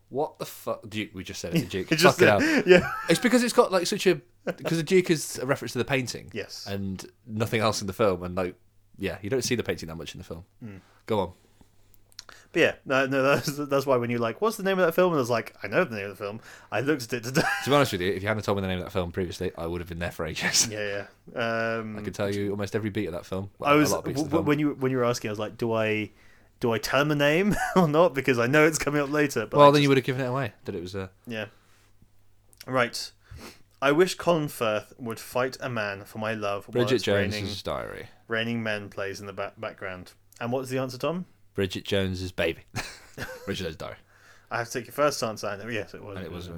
S2: What the fuck? Duke, we just said it to
S1: [laughs]
S2: Duke.
S1: It's just
S2: Fucking hell.
S1: yeah.
S2: It's because it's got like such a. Because the Duke is a reference to the painting.
S1: Yes.
S2: And nothing else in the film. And like, yeah, you don't see the painting that much in the film.
S1: Mm.
S2: Go on.
S1: But yeah, no, no, [laughs] that's, that's why when you're like, what's the name of that film? And I was like, I know the name of the film. I looked at it today. [laughs]
S2: To be honest with you, if you hadn't told me the name of that film previously, I would have been there for ages.
S1: yeah, yeah. Um,
S2: [laughs] I could tell you almost every beat of that film. Well,
S1: I was
S2: a lot of beats
S1: w-
S2: of the
S1: w-
S2: film.
S1: when you when you were asking, I was like, do I do I tell the name [laughs] or not? Because I know it's coming up later. But
S2: well,
S1: I
S2: then you would have given it away. That it was a.
S1: Yeah. Right. I wish Colin Firth would fight a man for my love while
S2: Bridget
S1: it's raining,
S2: Jones's diary.
S1: raining men plays in the ba- background. And what's the answer, Tom?
S2: Bridget Jones's baby. [laughs] Bridget Jones's diary.
S1: I have to take your first answer. I know- Yes, it was.
S2: And it was-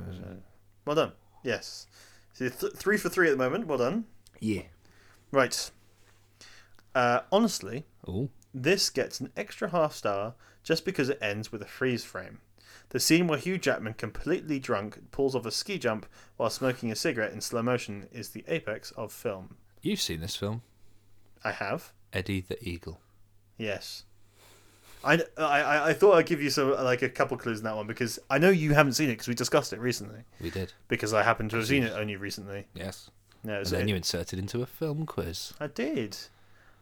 S1: Well done. Yes. So you're th- three for three at the moment. Well done.
S2: Yeah.
S1: Right. Uh, honestly,
S2: Oh.
S1: This gets an extra half star just because it ends with a freeze frame. The scene where Hugh Jackman, completely drunk, pulls off a ski jump while smoking a cigarette in slow motion is the apex of film.
S2: You've seen this film,
S1: I have,
S2: Eddie the Eagle.
S1: yes. I, I- I, I thought I'd give you some like a couple clues in that one because I know you haven't seen it because we discussed it recently
S2: We did.
S1: because I happen to have seen it only recently.
S2: Yes.
S1: No,
S2: And
S1: so
S2: then
S1: it-
S2: you inserted into a film quiz.
S1: I did.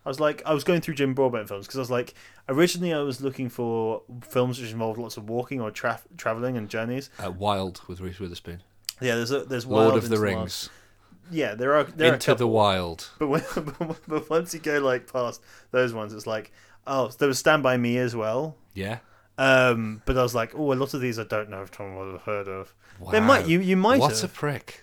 S1: I was like, I was going through Jim Broadbent films because I was like, originally I was looking for films which involved lots of walking or traf traveling and journeys.
S2: Uh, Wild with Reese Witherspoon.
S1: Yeah, there's a, there's
S2: Lord
S1: Wild
S2: of the
S1: into Wild.
S2: Rings.
S1: Yeah, there are there
S2: into
S1: are a couple,
S2: the Wild.
S1: but when, [laughs] but- but once you go like past those ones, it's like oh, there was Stand by Me as well.
S2: Yeah.
S1: Um, but I was like, oh, a lot of these I don't know if Tom would have heard of. They might you you might
S2: What a
S1: have.
S2: prick.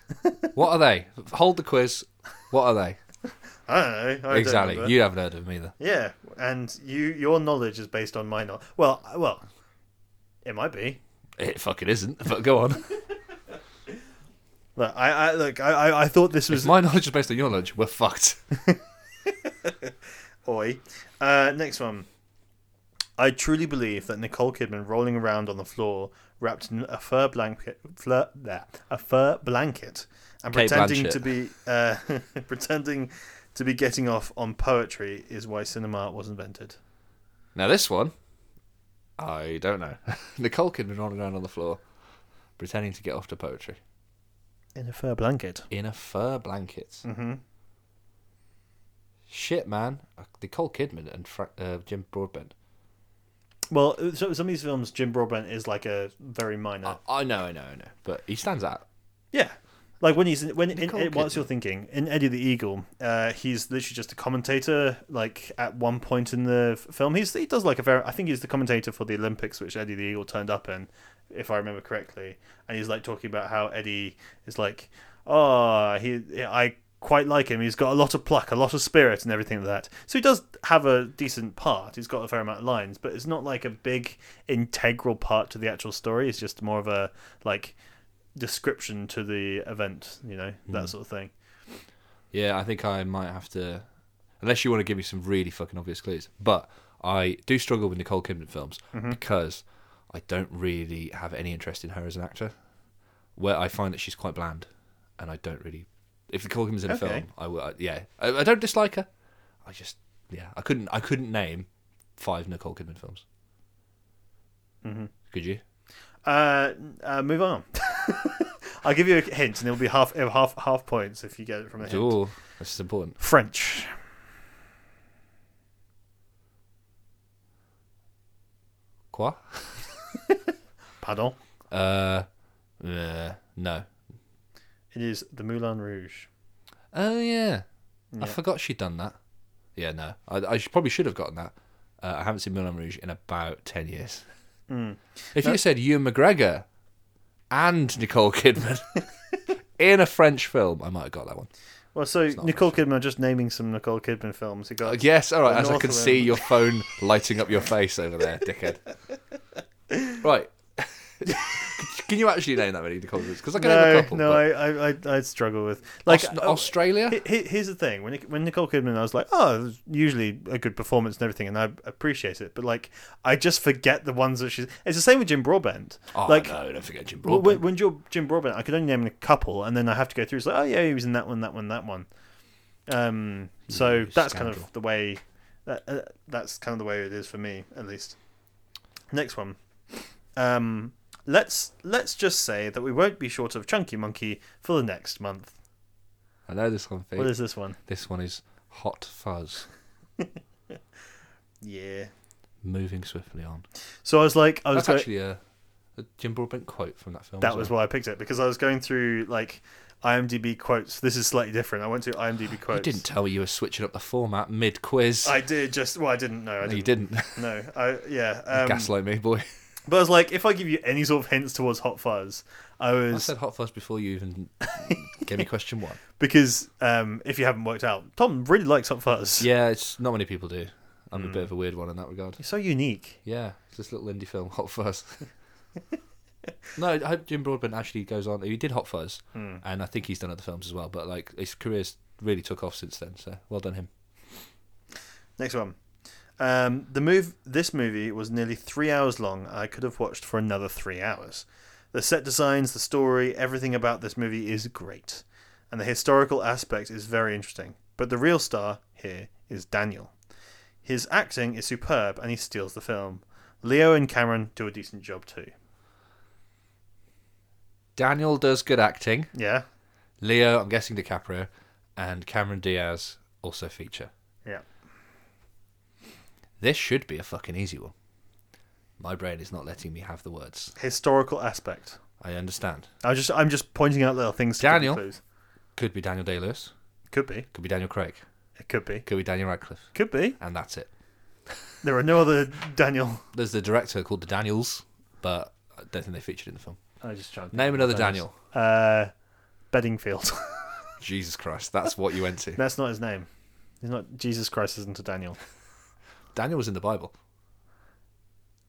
S2: what are they? Hold the quiz. What are they?
S1: [laughs] I I don't know. I
S2: exactly.
S1: Don't remember.
S2: You haven't heard of them either.
S1: Yeah, and you your knowledge is based on my knowledge. Well, I- well, it might be.
S2: It fucking isn't, but
S1: [laughs]
S2: go on.
S1: Look, I, I look, I, I, I thought this was
S2: My knowledge is based on your knowledge. We're fucked.
S1: Oi. Uh, next one. I truly believe that Nicole Kidman rolling around on the floor wrapped in a fur blanket, flur, there, a fur blanket, and
S2: Kate
S1: pretending
S2: Blanchett.
S1: to be uh, [laughs] pretending to be getting off on poetry is why cinema art was invented.
S2: Now this one, I don't know. [laughs] Nicole Kidman running around on the floor, pretending to get off to poetry
S1: In a fur blanket.
S2: in a fur blanket.
S1: Mm-hmm.
S2: Shit, man. Nicole Kidman and Fra- uh, Jim Broadbent.
S1: Well, so some of these films, Jim Broadbent is like a very minor.
S2: I, I know, I know, I know. But he stands out.
S1: Yeah. Like when he's when in,
S2: Nicole
S1: in, whilst
S2: Kidman.
S1: you're thinking in Eddie the Eagle, uh, he's literally just a commentator. Like at one point in the f- film, he's he does like a very I think he's the commentator for the Olympics, which Eddie the Eagle turned up in, if I remember correctly. And he's like talking about how Eddie is like, oh, he I quite like him. He's got a lot of pluck, a lot of spirit, and everything like that. So he does have a decent part. He's got a fair amount of lines, but it's not like a big integral part to the actual story. It's just more of a like description to the event, you know,
S2: Hmm.
S1: that sort of thing.
S2: Yeah, I think I might have to, unless you want to give me some really fucking obvious clues. But I do struggle with Nicole Kidman films because I don't really have any interest in her as an actor. Where I find that she's quite bland, and I don't really. If Nicole Kidman's in a
S1: Okay.
S2: film, I will. Yeah, I, I don't dislike her. I just yeah, I couldn't. I couldn't name five Nicole Kidman films. Could you?
S1: Uh, uh move on. [laughs] I'll give you a hint, and it'll be half it'll half half points if you get it from a hint.
S2: Oh, this is important.
S1: French.
S2: Quoi?
S1: Pardon.
S2: Uh, uh, no.
S1: It is the Moulin Rouge.
S2: Oh yeah.
S1: Yeah.
S2: I forgot she'd done that. Yeah, no, I, I should, probably should have gotten that. Uh, I haven't seen Moulin Rouge in about ten years.
S1: Mm.
S2: If you said Ewan McGregor and Nicole Kidman [laughs] in a French film, I might have got that one.
S1: Well, so Nicole Kidman, just naming some Nicole Kidman films. You got
S2: Uh, yes, all right.
S1: The
S2: As I can
S1: Northman.
S2: see your phone lighting up your face over there,
S1: [laughs]
S2: dickhead. Right. [laughs] can you actually name that many Nicole Kidmans? Because I can name
S1: no,
S2: a couple.
S1: no,
S2: but-
S1: I, I, I, I'd struggle with like
S2: Aus-
S1: oh,
S2: Australia.
S1: he- he- Here's the thing: when when Nicole Kidman, I was like, oh, there's usually a good performance and everything, and I appreciate it. But like, I just forget the ones that she's. It's the same with Jim Broadbent.
S2: oh
S1: like,
S2: no, don't forget Jim
S1: Well,
S2: Broadbent.
S1: when, when you're Jim Broadbent, I could only name a couple, and then I have to go through. It's like, oh yeah, he was in that one, that one, that one. Um, so
S2: you
S1: that's kind of
S2: scoundrel.
S1: the way. That, uh, that's kind of the way it is for me, at least. Next one. Um, let's let's just say that we won't be short of Chunky Monkey for the next month.
S2: I know this one.
S1: What
S2: Thing.
S1: is this one?
S2: This one is Hot Fuzz.
S1: Yeah.
S2: Moving swiftly on.
S1: So I was like, I was
S2: That's
S1: going,
S2: actually a, a Jim Broadbent quote from that film.
S1: Oh, that
S2: as
S1: was
S2: well.
S1: why I picked it because I was going through like IMDb quotes. This is slightly different. I went to IMDb quotes.
S2: You didn't tell me you were switching up the format mid quiz.
S1: I did just well. I didn't know. I
S2: No, you
S1: didn't.
S2: didn't.
S1: No, I yeah. [laughs] Um,
S2: Gaslight me, boy.
S1: But I was like, if I give you any sort of hints towards Hot Fuzz, I
S2: I
S1: was
S2: said Hot Fuzz before
S1: [laughs]
S2: you even gave me question one.
S1: because um, if you haven't worked out, Tom really likes Hot Fuzz.
S2: Yeah, it's not many people do. I'm
S1: Hmm.
S2: a bit of a weird one in that regard.
S1: It's so unique.
S2: Yeah, it's this little indie film,
S1: [laughs]
S2: Hot Fuzz. no, I hope Jim Broadbent actually goes on. He did Hot Fuzz,
S1: Hmm.
S2: and I think he's done other films as well. But like his career's really took off since then. So well done him.
S1: Next one. Um, the move. This movie was nearly three hours long. I could have watched for another three hours. The set designs, the story, everything about this movie is great, and the historical aspect is very interesting. But the real star here is Daniel. His acting is superb, and he steals the film. Leo and Cameron do a decent job too.
S2: Daniel does good acting.
S1: Yeah,
S2: Leo, I'm guessing DiCaprio, and Cameron Diaz also feature.
S1: yeah.
S2: This should be a fucking easy one. My brain is not letting me have the words.
S1: historical aspect.
S2: I understand.
S1: I just I'm just pointing out little things. To give you
S2: Daniel.
S1: clues.
S2: Could be Daniel Day Lewis.
S1: could be,
S2: Could be Daniel Craig.
S1: it could be,
S2: Could be Daniel Radcliffe.
S1: could be.
S2: And that's it.
S1: There are no other Daniel.
S2: There's the director called the Daniels, but I don't think they featured in the film.
S1: I just tried.
S2: Name another Daniel.
S1: Uh, Beddingfield. [laughs]
S2: Jesus Christ, that's what you went to.
S1: That's not his name. He's not Jesus Christ. Isn't a Daniel.
S2: Daniel was in the Bible.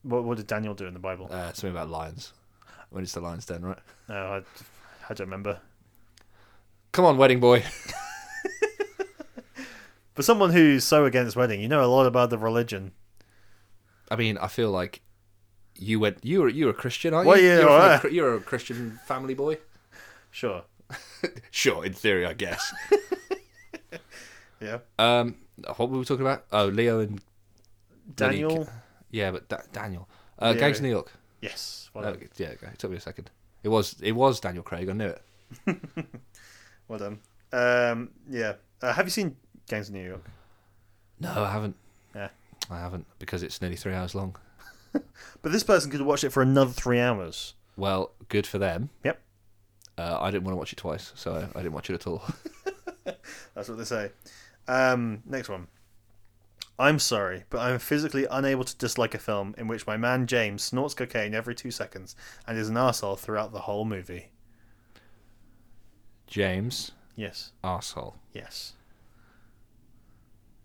S1: What what did Daniel do in the Bible?
S2: Uh, something about lions. When it's the lion's den, right?
S1: No, I, I don't remember.
S2: Come on, wedding boy.
S1: For someone who's so against wedding, you know a lot about the religion.
S2: I mean, I feel like you went. You were you were a Christian, aren't
S1: Well,
S2: you?
S1: yeah,
S2: you're,
S1: well,
S2: a, you're a Christian family boy.
S1: Sure.
S2: Sure, in theory, I guess.
S1: Yeah.
S2: um, what were we talking about? Oh, Leo and bloody-
S1: Daniel.
S2: Yeah, but da- Daniel. Uh,
S1: Leo.
S2: Gangs of New York.
S1: Yes. Well
S2: Uh,
S1: done.
S2: yeah, okay, it took me a second. It was it was Daniel Craig. I knew it.
S1: Well done. Um, yeah. Uh, have you seen Gangs of New York?
S2: No, I haven't.
S1: Yeah.
S2: I haven't because it's nearly three hours long.
S1: But this person could watch it for another three hours.
S2: Well, good for them.
S1: Yep.
S2: Uh, I didn't want to watch it twice, so I, I didn't watch it at all. [laughs]
S1: That's what they say. Um, next one. I'm sorry, but I'm physically unable to dislike a film in which my man James snorts cocaine every two seconds and is an arsehole throughout the whole movie.
S2: James,
S1: Yes.
S2: arsehole.
S1: Yes.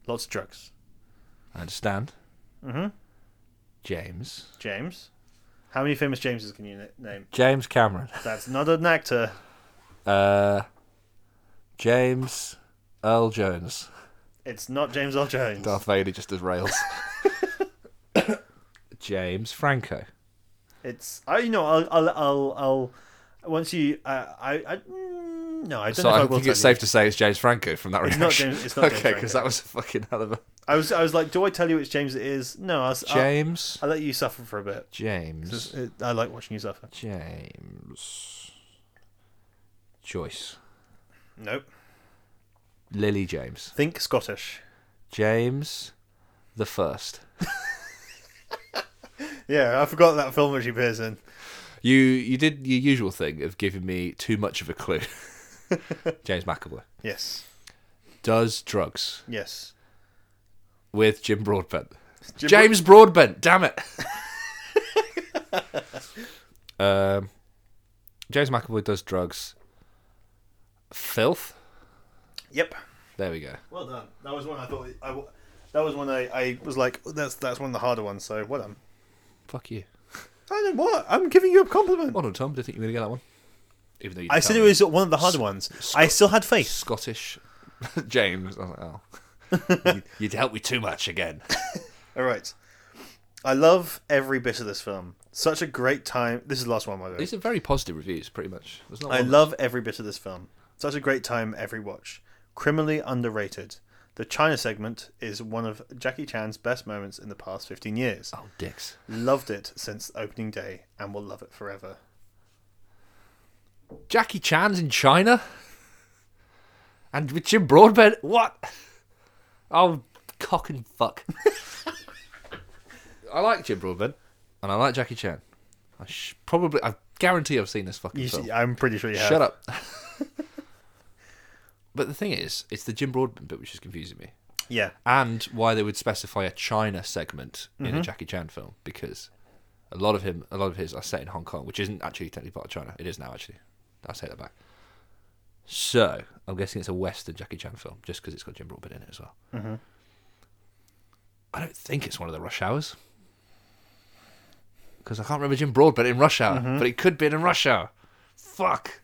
S1: Lots of drugs.
S2: I understand.
S1: Mm-hmm.
S2: James.
S1: James. How many famous Jameses can you na- name?
S2: James Cameron.
S1: That's not an actor.
S2: Uh, James Earl Jones.
S1: It's not James L. Jones.
S2: Darth Vader just does
S1: [laughs]
S2: rails. James Franco.
S1: It's I, you know, I'll, I'll, I'll, I'll once you, uh, I, I, mm, no, I don't
S2: So
S1: know if
S2: I
S1: I will
S2: think
S1: tell
S2: it's
S1: you.
S2: safe to say it's James Franco from that
S1: It's
S2: reaction.
S1: not James- it's not James
S2: okay, because
S1: Franco. Uh,
S2: that was a fucking hell of a
S1: I was, I was like, do I tell you it's James? It is. No, I'll, s- I'll-
S2: James.
S1: I'll, let you suffer for a bit.
S2: James.
S1: 'Cause it- I like watching you suffer.
S2: James. Joyce.
S1: Nope.
S2: Lily James.
S1: Think Scottish.
S2: James the First.
S1: Yeah, I forgot that film which he appears in.
S2: You you did your usual thing of giving me too much of
S1: [laughs]
S2: a clue. James McAvoy
S1: Yes.
S2: does drugs
S1: Yes.
S2: with Jim Broadbent.
S1: Jim
S2: James Broadbent, damn it. [laughs] um, James McAvoy does drugs. Filth.
S1: Yep.
S2: There we go.
S1: Well done. That was one I thought I. w- That was one I, I was like, "Oh, that's that's one of the harder ones. So well done.
S2: Fuck you.
S1: I don't what. I'm giving you a compliment.
S2: Well done, Tom. Didn't think you were gonna get that one. Even though you
S1: I
S2: didn't
S1: said it
S2: tell me.
S1: was one of the harder ones. I still had faith.
S2: Scottish [laughs] James. I was like, oh,
S1: [laughs]
S2: You- you'd help me too much again.
S1: All right. I love every bit of this film. Such a great time. This is the last one, by the way.
S2: These are very positive reviews, pretty much. There's not
S1: I
S2: one-
S1: love every bit of this film. Such a great time every watch. Criminally underrated. The China segment is one of Jackie Chan's best moments in the past 15 years.
S2: Oh, dicks.
S1: Loved it since opening day and will love it forever.
S2: Jackie Chan's in China, and with Jim Broadbent. What? Oh, cock and fuck. [laughs] I like Jim Broadbent, and I like Jackie Chan. I sh- probably, I guarantee, I've seen this fucking
S1: You
S2: film.
S1: see, I'm pretty sure you have.
S2: Shut up. [laughs] but the thing is, it's the Jim Broadbent bit which is confusing me.
S1: Yeah.
S2: and why they would specify a China segment in a Jackie Chan film because a lot of him, a lot of his are set in Hong Kong, which isn't actually technically part of China. It is now actually. I'll take that back. So I'm guessing it's a Western Jackie Chan film just because it's got Jim Broadbent in it as well. I don't think it's one of the Rush Hours because I can't remember Jim Broadbent in Rush Hour, but it could be in Rush Hour. Fuck.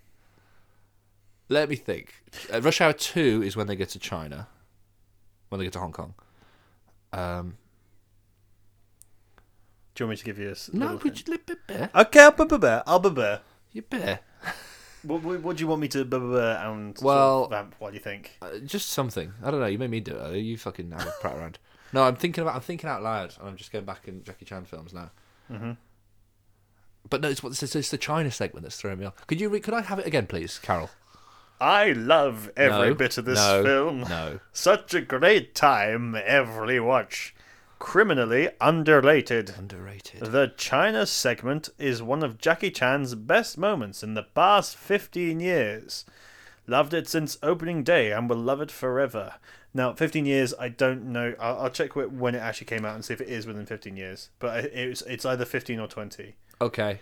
S2: Let me think. Uh, Rush Hour Two is when they go to China, when they go to Hong Kong. Um,
S1: Do you want me to give you a s-
S2: no,
S1: little
S2: would
S1: hint?
S2: you let me bear?
S1: Okay, I'll be bear. I'll be bear.
S2: You bear.
S1: What, what, what do you want me to be bear and sort
S2: Well-
S1: of vamp? What do you think?
S2: Uh, just something. I don't know. You made me do it. You fucking have a prat around. No, I'm thinking about. I'm thinking out loud, and I'm just going back in Jackie Chan films now. But no, it's, what- it's, it's the China segment that's throwing me off. Could you? Re- could I have it again, please, Carol?
S1: I love every
S2: No,
S1: bit of this
S2: no,
S1: film.
S2: No.
S1: Such a great time every watch. Criminally underrated.
S2: Underrated.
S1: The China segment is one of Jackie Chan's best moments in the past 15 years. Loved it since opening day and will love it forever. Now, 15 years, I don't know. I'll, I'll check wh- when it actually came out and see if it is within 15 years. But it- it's, it's either 15 or 20.
S2: Okay.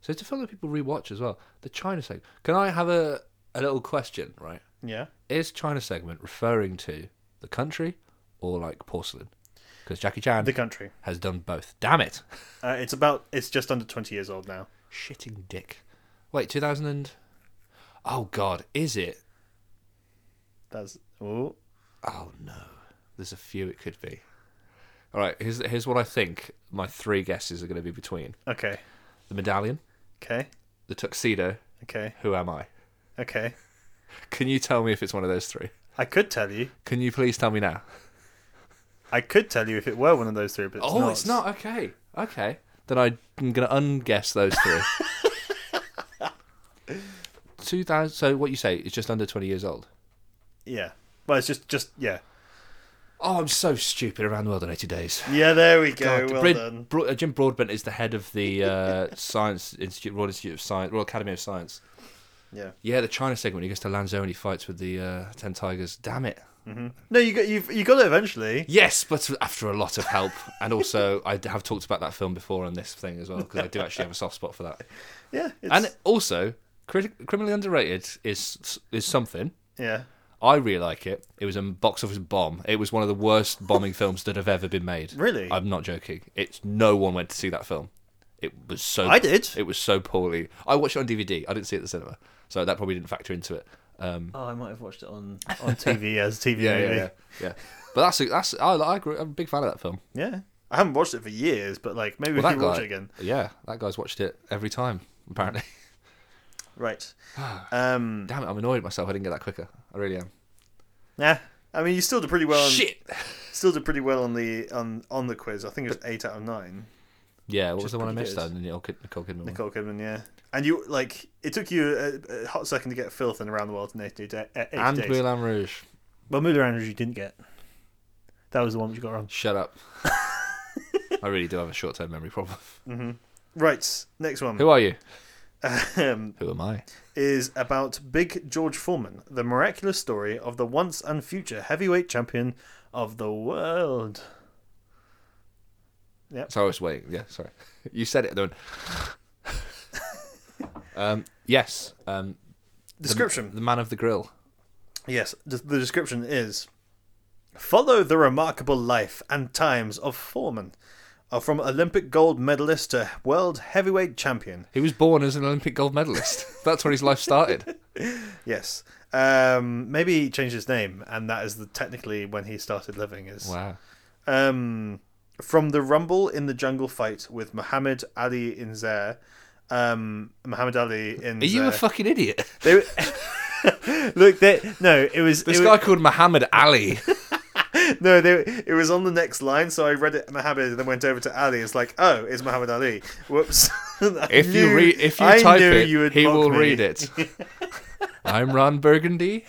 S2: So it's a film that people rewatch as well. The China segment. Can I have a a little question? Right.
S1: Yeah?
S2: Is China segment referring to the country or like porcelain? Because Jackie Chan
S1: The country.
S2: has done both. Damn it.
S1: Uh, it's about. It's just under 20 years old now.
S2: Shitting dick. Wait, 2000 and... Oh, God. Is it?
S1: That's. Oh.
S2: Oh, no. There's a few it could be. All right, here's here's what I think my three guesses are going to be between
S1: Okay.
S2: the medallion,
S1: Okay.
S2: the tuxedo.
S1: Okay.
S2: Who am I?
S1: Okay.
S2: Can you tell me if it's one of those three?
S1: I could tell you.
S2: Can you please tell me now?
S1: I could tell you if it were one of those three, but it's
S2: oh,
S1: not.
S2: it's not. Okay, okay. Then I'm going to unguess those [laughs] three. Two thousand. So what you say? It's just under twenty years old.
S1: Yeah. Well, it's just, just yeah.
S2: Oh, I'm so stupid. Around the world in eighty days.
S1: Yeah, there we go.
S2: God,
S1: Oh, well
S2: Brid-
S1: done.
S2: Bro- uh, Jim Broadbent is the head of the uh, [laughs] Science Institute, Royal Institute of Science, Royal Academy of Science.
S1: Yeah.
S2: Yeah, the China segment. when He goes to Lanzone. He fights with the uh, Ten Tigers. Damn it.
S1: No, you got you've, you got it eventually.
S2: Yes, but after a lot of help, [laughs] and also I d- have talked about that film before on this thing as well because I do actually have a soft spot for that.
S1: Yeah. [laughs] It's,
S2: And also, crit- criminally underrated is is something.
S1: yeah.
S2: I really like it. It was a box office bomb. It was one of the worst bombing films that have ever been made.
S1: Really?
S2: I'm not joking. It's no one went to see that film. It was so.
S1: I did.
S2: It was so poorly. I watched it on DVD. I didn't see it at the cinema, so that probably didn't factor into it. Um,
S1: Oh, I might have watched it on on TV as a TV
S2: [laughs] yeah, yeah,
S1: movie.
S2: yeah, yeah. But that's that's. I, I agree. I'm a big fan of that film.
S1: Yeah. I haven't watched it for years, but like maybe we
S2: Well,
S1: can
S2: that
S1: watch
S2: guy-
S1: it again.
S2: Yeah, that guy's watched it every time. Apparently. [laughs] [sighs]
S1: Right. um.
S2: Ah, Damn it! I'm annoyed at myself. I didn't get that quicker. I really am.
S1: Nah. I mean, you still did pretty well. um, On,
S2: Shit.
S1: Still did pretty well on the on on the quiz. I think it was eight out of nine.
S2: Yeah. What was the one I
S1: pretty
S2: missed?
S1: good.
S2: Though? The Nicole Kid- Nicole Kidman. one.
S1: Nicole Kidman. Yeah. And you like it took you a, a hot second to get filth and around the world in eight, eight, eight
S2: And
S1: days.
S2: Moulin Rouge.
S1: Well, Moulin Rouge you didn't get. That was the one that you got wrong.
S2: Shut
S1: [laughs]
S2: up. I really do have a short term memory problem.
S1: Right, next one
S2: Who are you?
S1: [laughs] um,
S2: Who am I?
S1: is about Big George Foreman, the miraculous story of the once and future heavyweight champion of the world.
S2: So I was waiting. Yeah, sorry. [laughs] You said
S1: [laughs]
S2: it then. um, yes. Um,
S1: Description.
S2: The, man of the grill.
S1: Yes, d- the description is Follow the remarkable life and times of Foreman, uh, from Olympic gold medalist to world heavyweight champion.
S2: He was born as an Olympic gold medalist. That's where his
S1: [laughs]
S2: life started.
S1: Yes. Um, maybe he changed his name, and that is the, technically when he started living. Is
S2: Wow.
S1: um, from the rumble in the jungle fight with Muhammad Ali in Zaire. Um, Muhammad Ali in
S2: Are you a
S1: Zaire.
S2: fucking idiot?
S1: They were- [laughs] Look, they, no, it was
S2: This
S1: it
S2: guy called Muhammad Ali.
S1: was- no, they, it was on the next line. So I read it Muhammad, and then went over to Ali. It's like, oh, it's Muhammad Ali. Whoops. [laughs] I
S2: If you
S1: knew-
S2: read, if you
S1: I
S2: type
S1: knew
S2: it,
S1: you would
S2: he
S1: mock
S2: will
S1: me. [laughs]
S2: read it. I'm Ron Burgundy.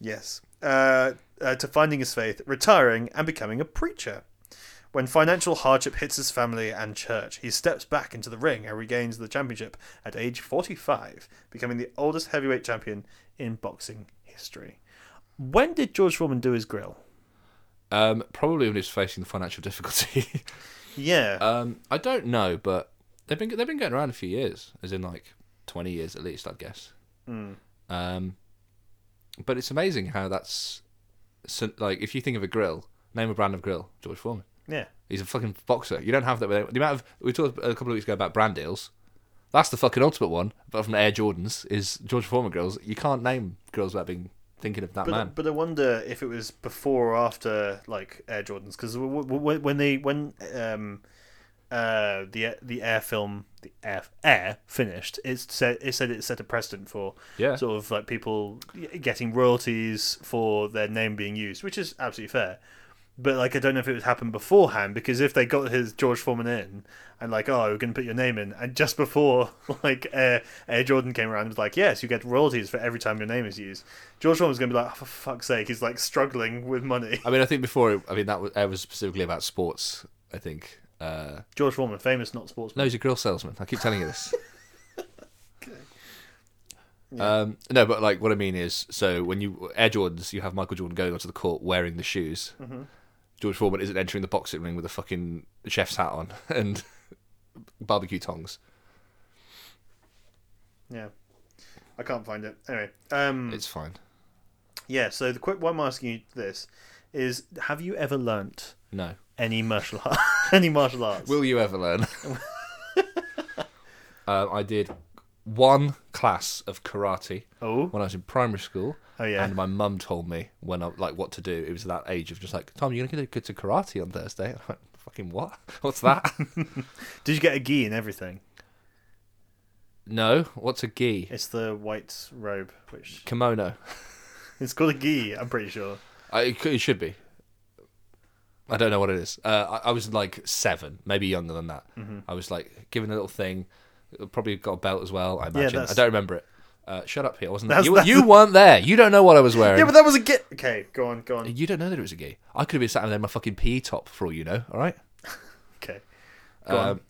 S1: Yes. Uh, uh, to finding his faith, retiring, and becoming a preacher. When financial hardship hits his family and church, he steps back into the ring and regains the championship at age 45, becoming the oldest heavyweight champion in boxing history. When did George Foreman do his grill?
S2: Um, probably when he's facing the financial difficulty. [laughs]
S1: Yeah.
S2: Um, I don't know, but they've been they've been going around a few years, as in like twenty years at least, I'd guess. Um, but it's amazing how that's so, like if you think of a grill, name a brand of grill, George Foreman.
S1: yeah.
S2: He's a fucking boxer. You don't have that. With, the amount of we talked a couple of weeks ago about brand deals. That's the fucking ultimate one. But from Air Jordans is George Foreman grills. You can't name grills without being thinking of that
S1: But,
S2: man.
S1: but I wonder if it was before or after like Air Jordans because w- w- when they when um uh the the Air film the Air, Air finished it said it said it set a precedent for
S2: Yeah.
S1: sort of like people getting royalties for their name being used which is absolutely fair but like I don't know if it would happen beforehand because if they got his George Foreman in and like oh we're gonna put your name in and just before [laughs] like Air, Air Jordan came around and was like yes you get royalties for every time your name is used George Foreman's gonna be like oh, for fuck's sake he's like struggling with money [laughs]
S2: I mean, I think before. it- I mean, that was, Air was specifically about sports. I think. Uh,
S1: George Foreman famous not sportsman
S2: No, he's a grill salesman. I keep telling you this. Um, no, but like what I mean is, so when you Air Jordans, you have Michael Jordan going onto the court wearing the shoes. George Foreman isn't entering the boxing ring with a fucking chef's hat on [laughs] and barbecue tongs.
S1: yeah I can't find it anyway um
S2: It's fine.
S1: yeah so the quick why I'm asking you this is have you ever learnt
S2: No.
S1: any martial [laughs] art any martial arts
S2: Will you ever learn? um, I did one class of karate
S1: Oh,
S2: when I was in primary school.
S1: Oh, yeah.
S2: And my mum told me when I like what to do. It was that age of just like Tom, you're gonna go to karate on Thursday. [laughs] And I went, Fucking what? [laughs] What's
S1: [laughs]
S2: that?
S1: did you get a gi and everything?
S2: no. What's a gi?
S1: It's the white robe, which [laughs]
S2: Kimono.
S1: it's called a gi. I'm pretty sure.
S2: I, it, could- it should be. I don't know what it is. Uh, I, I was like seven, maybe younger than that.
S1: Mm-hmm.
S2: I was like given a little thing, probably got a belt as well. I imagine. I
S1: that's-
S2: don't remember it. Uh, shut up, Pete. I wasn't. There.
S1: That's-
S2: You,
S1: that's- [laughs]
S2: you weren't there. You don't know what I was wearing.
S1: Yeah, but that was a gi. Okay, go on, go on.
S2: you don't know that it was a gi. I could have been sat in there in my fucking PE top for all you know. All right.
S1: Okay, go on.
S2: Um,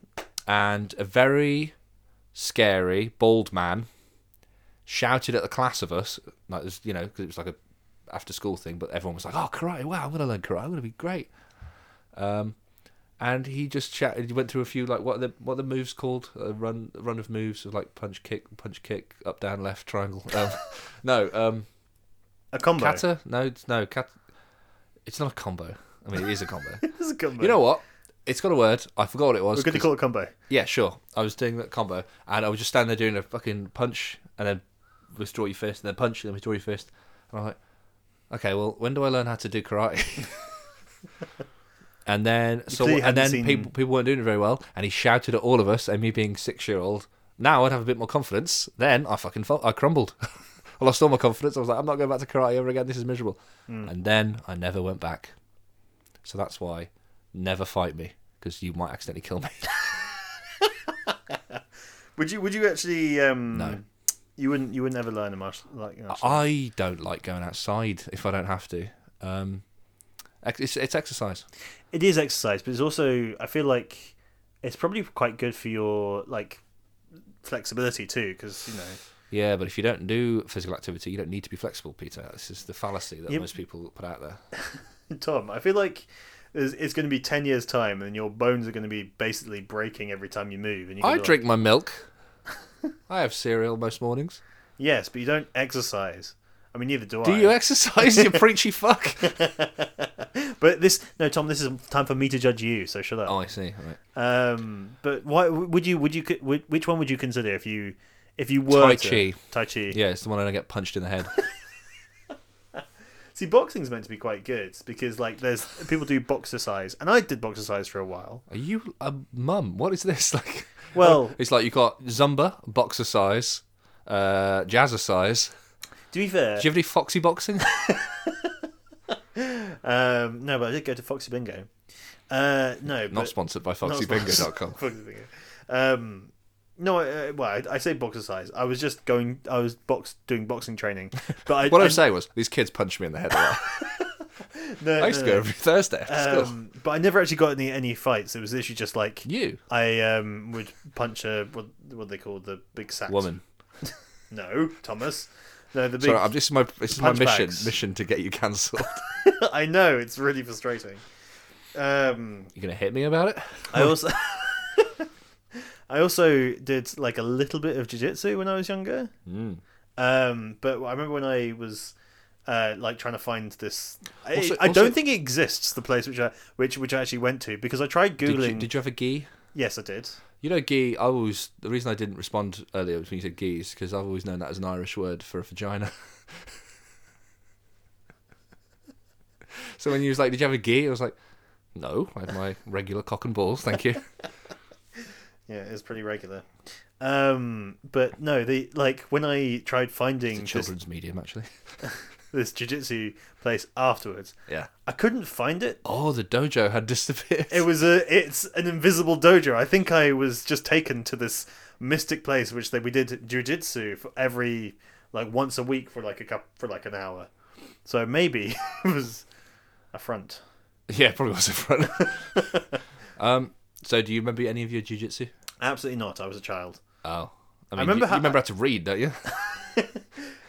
S2: and a very scary bald man shouted at the class of us, like this, you know, because it was like a after school thing. But everyone was like, "Oh, karate! Wow, I'm gonna learn karate. I'm gonna be great." Um, and he just shouted. He went through a few like what are the what are the moves called a run a run of moves of like punch kick punch kick up down left triangle. [laughs] Um, no, um,
S1: A combo. [laughs]
S2: kata. No, it's- no kata. It's not a combo. I mean, it is
S1: [laughs]
S2: a combo.
S1: It's a combo.
S2: you know what? It's got a word. I forgot what it was.
S1: we're going to
S2: 'cause-
S1: call it combo.
S2: yeah, sure. I was doing that combo, and I was just standing there doing a fucking punch, and then withdraw your fist, and then punch, and then withdraw your fist. And I'm like, okay, well, when do I learn how to do karate? [laughs] and then, so
S1: clearly
S2: and then
S1: hadn't seen-
S2: people people weren't doing it very well, and he shouted at all of us, and me being six year old, now I'd have a bit more confidence. Then I fucking felt, I crumbled. [laughs] I lost all my confidence. I was like, I'm not going back to karate ever again. This is miserable.
S1: Hmm.
S2: And then I never went back. So that's why, never fight me because you might accidentally kill me. [laughs]
S1: Would you? Would you actually? Um,
S2: No. Uh-uh.
S1: You wouldn't. You wouldn't ever learn a martial like. martial-
S2: I don't like going outside if I don't have to. Um, ex- it's, it's exercise.
S1: It is exercise, but it's also I feel like it's probably quite good for your like flexibility too, because you know.
S2: Yeah, but if you don't do physical activity, you don't need to be flexible, Peter. This is the fallacy that
S1: Yeah.
S2: most people put out there.
S1: Tom, I feel like there's- it's going to be 10 years' time and your bones are going to be basically breaking every time you move. And you
S2: I drink my milk. [laughs] I have cereal most mornings.
S1: yes, but you don't exercise. I mean, neither do,
S2: Do
S1: I.
S2: you exercise, [laughs] you preachy fuck?
S1: but this, no, Tom, this is time for me to judge you, so shut
S2: oh,
S1: up.
S2: I see. Right.
S1: Um, but why would you, would you, would, which one would you consider if you, if you were
S2: Tai
S1: to-
S2: Chi.
S1: Tai Chi.
S2: Yeah, it's the one I don't get punched in the head.
S1: See, boxing's meant to be quite good because, like, there's people do boxercise, and I did boxercise for a while.
S2: Are you a mum? What is this [laughs] like?
S1: Well-
S2: it's like you got zumba, boxer size, uh, jazzer size.
S1: To be fair,
S2: Do you have any foxy [laughs] boxing?
S1: um, no, but I did go to Foxy Bingo. Uh, no,
S2: Not
S1: but,
S2: sponsored by
S1: No, it's [laughs]
S2: foxybingo.com.
S1: not. Um, no, I, I- well, I, I say boxer size. I was just going. I was box doing boxing
S2: [laughs]
S1: training, but I,
S2: What
S1: I,
S2: I'm saying was, these kids punch me in the head
S1: [laughs]
S2: a lot.
S1: no,
S2: I used to
S1: no,
S2: go
S1: no.
S2: every Thursday after [laughs] school.
S1: Um, but I never actually got any any fights. It was literally just like
S2: You?
S1: I um, would punch a what what they call the big sack
S2: Woman.
S1: No, Thomas. No, the big.
S2: Sorry, I'm, this is my, this is my
S1: Punch
S2: mission,
S1: bags.
S2: mission to get you [laughs] cancelled.
S1: [laughs] I know it's really frustrating. Um,
S2: You're going to hit me about it?
S1: I also. [laughs] I also did like a little bit of jiu-jitsu when I was younger.
S2: Mm.
S1: Um, but I remember when I was uh, like trying to find this. I,
S2: Also-
S1: I
S2: also-
S1: don't think it exists. The place which I which which I actually went to because I tried googling.
S2: Did you, did you have a gi?
S1: Yes, I did.
S2: You know, gi, I always, the reason I didn't respond earlier was when you said gi is because I've always known that as an Irish word for a vagina. [laughs] so when you was like, did you have a gi? I was like, no, I have my regular cock and balls,
S1: [laughs]
S2: thank you.
S1: Yeah, it's pretty regular. Um, but no, the like when I tried finding this,
S2: Children's medium, actually.
S1: this jiu-jitsu place afterwards,
S2: Yeah.
S1: I couldn't find it.
S2: Oh, the dojo had disappeared.
S1: It was a it's an invisible dojo. I think I was just taken to this mystic place which they we did jujitsu for every like once a week for like a cup for like an hour. So maybe [laughs] it was a front.
S2: Yeah, probably was in front. [laughs] um, so, do you remember any of your jujitsu?
S1: Absolutely not. I was a child.
S2: Oh, I mean,
S1: remember
S2: you,
S1: how-
S2: you remember how to read, don't you? [laughs]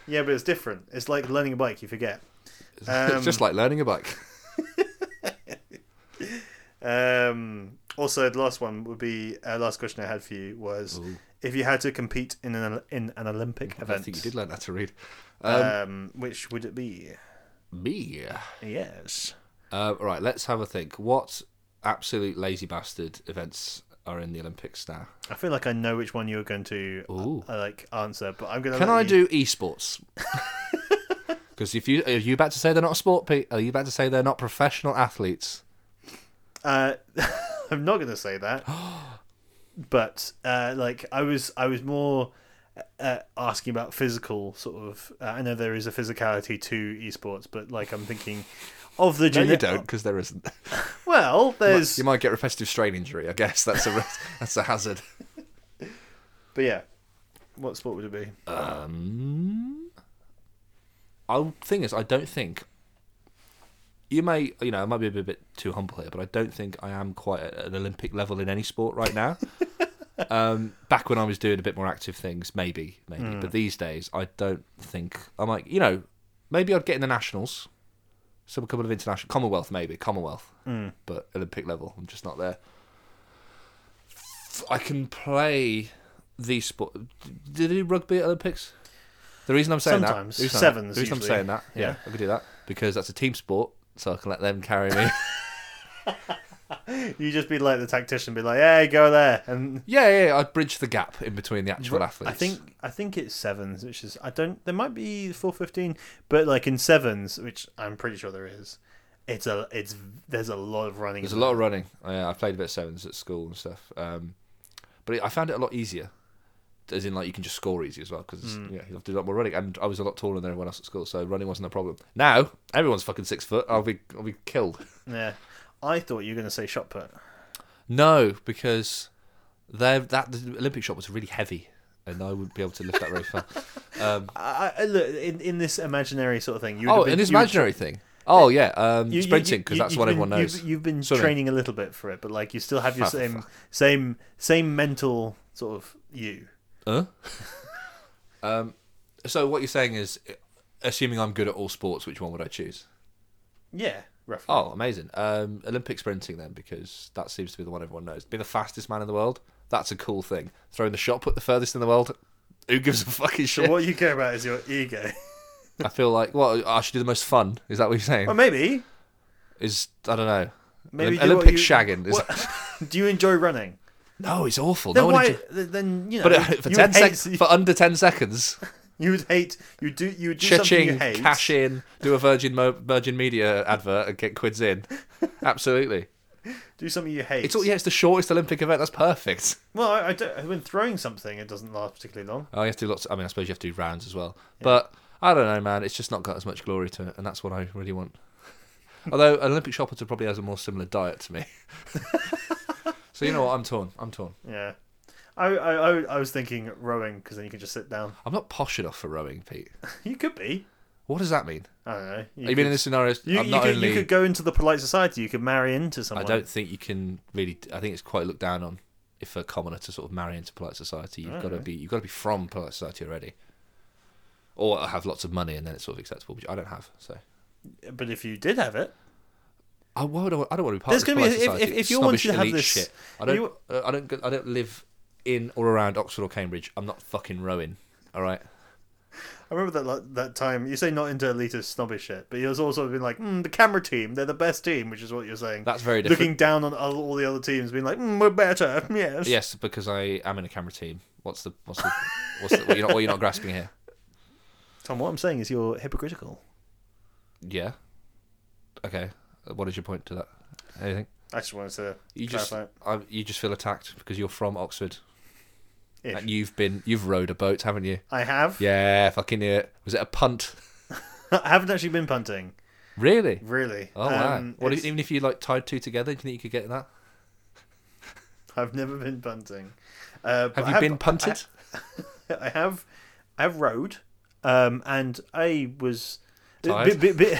S1: Yeah, but it's different. It's like learning a bike. You forget. Um, [laughs]
S2: it's just like learning a [laughs] bike.
S1: Um, also, the last one would be uh, last question I had for you was if you had to compete in an in an Olympic
S2: I
S1: event,
S2: think you did learn how to read.
S1: um, which would it be?
S2: Me.
S1: Yes.
S2: Uh, all right, let's have a think. What absolute lazy bastard events are in the Olympics now.
S1: I feel like I know which one you're going to uh,
S2: Ooh.
S1: uh, like answer, but I'm gonna.
S2: Can
S1: let
S2: I
S1: you-
S2: do [laughs] esports? Because if you are you about to say they're not a sport, Pete? Are you about to say they're not professional athletes?
S1: Uh, [laughs] I'm not gonna say
S2: [gasps]
S1: that. but uh, like I was, I was more uh, asking about physical sort of. Uh, I know there is a physicality to esports, but like I'm thinking of the.
S2: No, you
S1: gene-
S2: don't, because there isn't.
S1: Well, there's.
S2: [laughs] You might get repetitive strain injury. I guess that's a ris- that's a [laughs] hazard.
S1: But yeah, what sport would it be?
S2: Um, I thing is, I don't think you may you know I might be a bit, bit too humble here, but I don't think I am quite at an Olympic level in any sport
S1: [laughs]
S2: right now. um, back when I was doing a bit more active things, maybe, maybe,
S1: Hmm.
S2: but these days I don't think I'm like you know maybe I'd get in the nationals, some couple of international Commonwealth maybe Commonwealth,
S1: Hmm.
S2: but Olympic level I'm just not there. I can play the sport. Did they do rugby at Olympics? The reason I'm saying
S1: Sometimes.
S2: that, the reason I'm-
S1: Sevens
S2: The reason
S1: usually.
S2: I'm saying that, yeah,
S1: Yeah.
S2: I could do that because that's a team sport, so I can let them carry [laughs] me.
S1: You just be like the tactician, be like, "Hey, go there," and
S2: yeah, yeah, yeah, I'd bridge the gap in between the actual athletes.
S1: I think I think it's sevens, which is I don't. There might be four fifteen, but like in sevens, which I'm pretty sure there is. It's a it's there's a lot of running.
S2: there's a lot of running. Yeah, I played a bit of sevens at school and stuff, um, but it, I found it a lot easier. As in, like you can just score easy as well because yeah, you have to do a lot more running. And I was a lot taller than everyone else at school, so running wasn't a problem. Now everyone's fucking six foot. I'll be, I'll be killed.
S1: Yeah, I thought you were gonna say shot put.
S2: No, because they that the Olympic shot was really heavy, and I wouldn't be able to lift that very [laughs] far. Um,
S1: I, I, look in in this imaginary sort of thing. You would
S2: oh,
S1: have been-
S2: and this
S1: you would-
S2: imaginary thing. Oh yeah, um,
S1: you- you-
S2: sprinting because
S1: you-
S2: that's
S1: you've
S2: what
S1: been-
S2: everyone knows.
S1: You've, you've been
S2: Swimming.
S1: training a little bit for it, but like you still have your
S2: Fuck,
S1: same
S2: fuck.
S1: same same mental sort of you.
S2: Huh? um, so what you're saying is, assuming I'm good at all sports, which one would I choose?
S1: Yeah, roughly.
S2: Oh, amazing! Um, Olympic sprinting then, because that seems to be the one everyone knows. Be the fastest man in the world. That's a cool thing. Throwing the shot put the furthest in the world. Who gives a fucking
S1: So
S2: shit?
S1: what you care about is your
S2: [laughs]
S1: ego.
S2: I feel like, well, I should do the most fun. Is that what you're saying?
S1: Well, maybe
S2: is I don't know.
S1: Maybe do
S2: Olymp-
S1: what
S2: Olympic
S1: you-
S2: shagging. Is
S1: what- [laughs] do you enjoy running?
S2: no, it's awful.
S1: Then
S2: no
S1: why?
S2: one. enjo-
S1: th- Then you know.
S2: but uh,
S1: [laughs]
S2: for
S1: you
S2: ten
S1: would hate,
S2: sec- for under ten seconds,
S1: you would hate. You do. You would do something you
S2: cha-ching,
S1: hate.
S2: cash in, do a Virgin Mo- Virgin Media advert and get
S1: [laughs]
S2: quids in. Absolutely.
S1: Do something you hate.
S2: It's all, yeah, it's the shortest Olympic event. That's perfect.
S1: Well, I, I don't, when throwing something, it doesn't last particularly long.
S2: Oh, you have to do lots. I mean, I suppose you have to do rounds as well. But I don't know, man. It's just not got as much glory to it, and that's what I really want. Although an Olympic shopper probably has a more similar diet
S1: [laughs]
S2: to me. so you know what? I'm torn. I'm torn.
S1: Yeah. I I, I, I was thinking rowing because then you could just sit down. [laughs]
S2: I'm not posh enough for rowing, Pete.
S1: You could be.
S2: What does that mean?
S1: I don't know. You
S2: Even
S1: could,
S2: in this scenario,
S1: you,
S2: I'm
S1: you
S2: not
S1: could,
S2: only.
S1: you could go into the polite society. You could marry into
S2: I
S1: someone.
S2: don't think you can really. I think it's quite looked down on if a commoner to sort of marry into polite society. You've got to be. You've got to be from polite society already, or have lots of money, and then it's sort of acceptable. Which I don't have, so.
S1: But if you did have it,
S2: I, why would I, I don't want to be part
S1: There's
S2: of this
S1: gonna be-
S2: polite
S1: if-
S2: society.
S1: if- if
S2: It's
S1: you wanted
S2: snobbish
S1: to have
S2: elite
S1: this-
S2: shit. I
S1: if
S2: don't. uh,
S1: you-
S2: I don't. go- I don't live in or around Oxford or Cambridge. I'm not fucking rowing. All right.
S1: I remember that like, that time you say not into elitist snobbish shit, but you've also been like mm, the camera team. They're the best team, which is what you're saying.
S2: That's very different.
S1: Looking down on all, all the other teams, being like mm, we're better. [laughs] Yes.
S2: Yes, because I am in a camera team. What's the what's the what's the, what, you're not, what you're not grasping here?
S1: Tom, what I'm saying is you're hypocritical.
S2: Yeah. Okay. What is your point to that? Anything?
S1: I just wanted to
S2: You just
S1: clarify.
S2: I, you just feel attacked because you're from Oxford
S1: Ish.
S2: and you've been you've rowed a boat, haven't you?
S1: I have.
S2: Uh, Yeah, fucking knew it. Was it a punt?
S1: [laughs] I haven't actually been punting.
S2: Really?
S1: Really.
S2: Oh wow.
S1: Um,
S2: what if,
S1: it's-
S2: even if you like tied two together, do you think you could get that?
S1: I've never been punting. Uh, but
S2: Have
S1: I
S2: you been punted?
S1: [laughs] I have. I have rowed, um, and I was
S2: Tired?
S1: be- be- [laughs] be-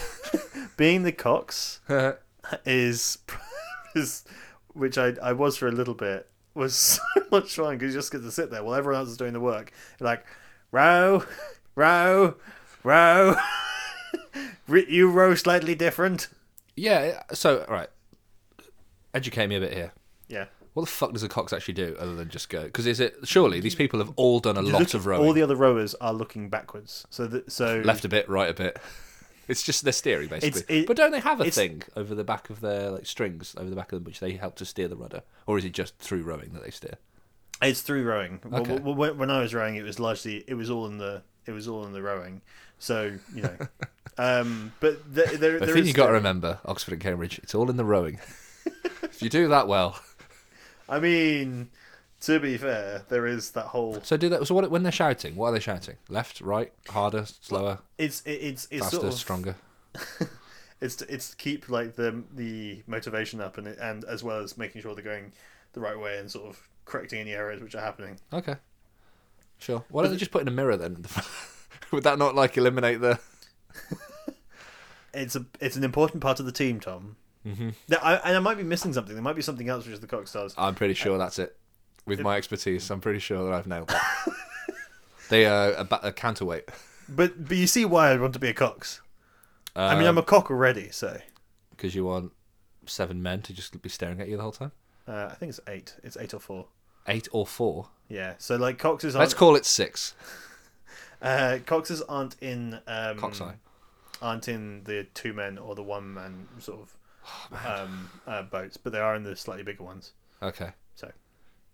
S1: being the cox.
S2: [laughs]
S1: is [laughs] is which I I was for a little bit was [laughs] so much fun because you just get to sit there while everyone else is doing the work. You're like row, row, row. [laughs] Re- you row slightly different.
S2: yeah. So all right. Educate me a bit here.
S1: Yeah.
S2: What the fuck does a cox actually do other than just go? Because is it surely these people have all done a lot
S1: Mm. Look-
S2: of
S1: All
S2: rowing,
S1: the other rowers are looking backwards. So that so
S2: left a bit, [laughs] right a bit. It's just this theory, basically.
S1: it-
S2: but don't they have a
S1: it's-
S2: thing over the back of their like strings over the back of them, which they help to steer the rudder, or is it just through rowing that they steer?
S1: It's through rowing. Well,
S2: Okay.
S1: w- w- When I was rowing, it was largely it was all in the it was all in the rowing. So you
S2: [laughs]
S1: know, um, but th- there
S2: The
S1: there
S2: thing
S1: is
S2: you got to
S1: still-
S2: remember, Oxford and Cambridge, it's all in the rowing. [laughs] if you do that well,
S1: I mean, to be fair, there is that whole
S2: so do that. So what when they're shouting, what are they shouting? Left, right, harder, slower,
S1: it's it, it's it's
S2: faster,
S1: sort of
S2: stronger.
S1: it's to, it's to keep like the the motivation up and it- and as well as making sure they're going the right way and sort of correcting any errors which are happening.
S2: Okay, sure. Why don't they just put in a mirror then? [laughs] Would that not like eliminate the?
S1: It's a it's an important part of the team, Tom. Mm-hmm. I, and I might be missing something. There might be something else which is the Cockstars.
S2: I'm pretty sure that's it. With my expertise, I'm pretty sure that I've nailed that. they are a, ba- a counterweight.
S1: But but you see why I want to be a Cox. I mean, I'm
S2: Uh,
S1: a cock already, so
S2: because you want seven men to just be staring at you the whole time.
S1: uh, I think it's eight. It's eight or four.
S2: Eight or four.
S1: Yeah. So like Coxes
S2: Let's
S1: aren't
S2: call it six.
S1: uh, Coxes aren't in um,
S2: Coxeye.
S1: aren't in the two men or the one man sort of um, uh, boats, but they are in the slightly bigger ones.
S2: Okay,
S1: So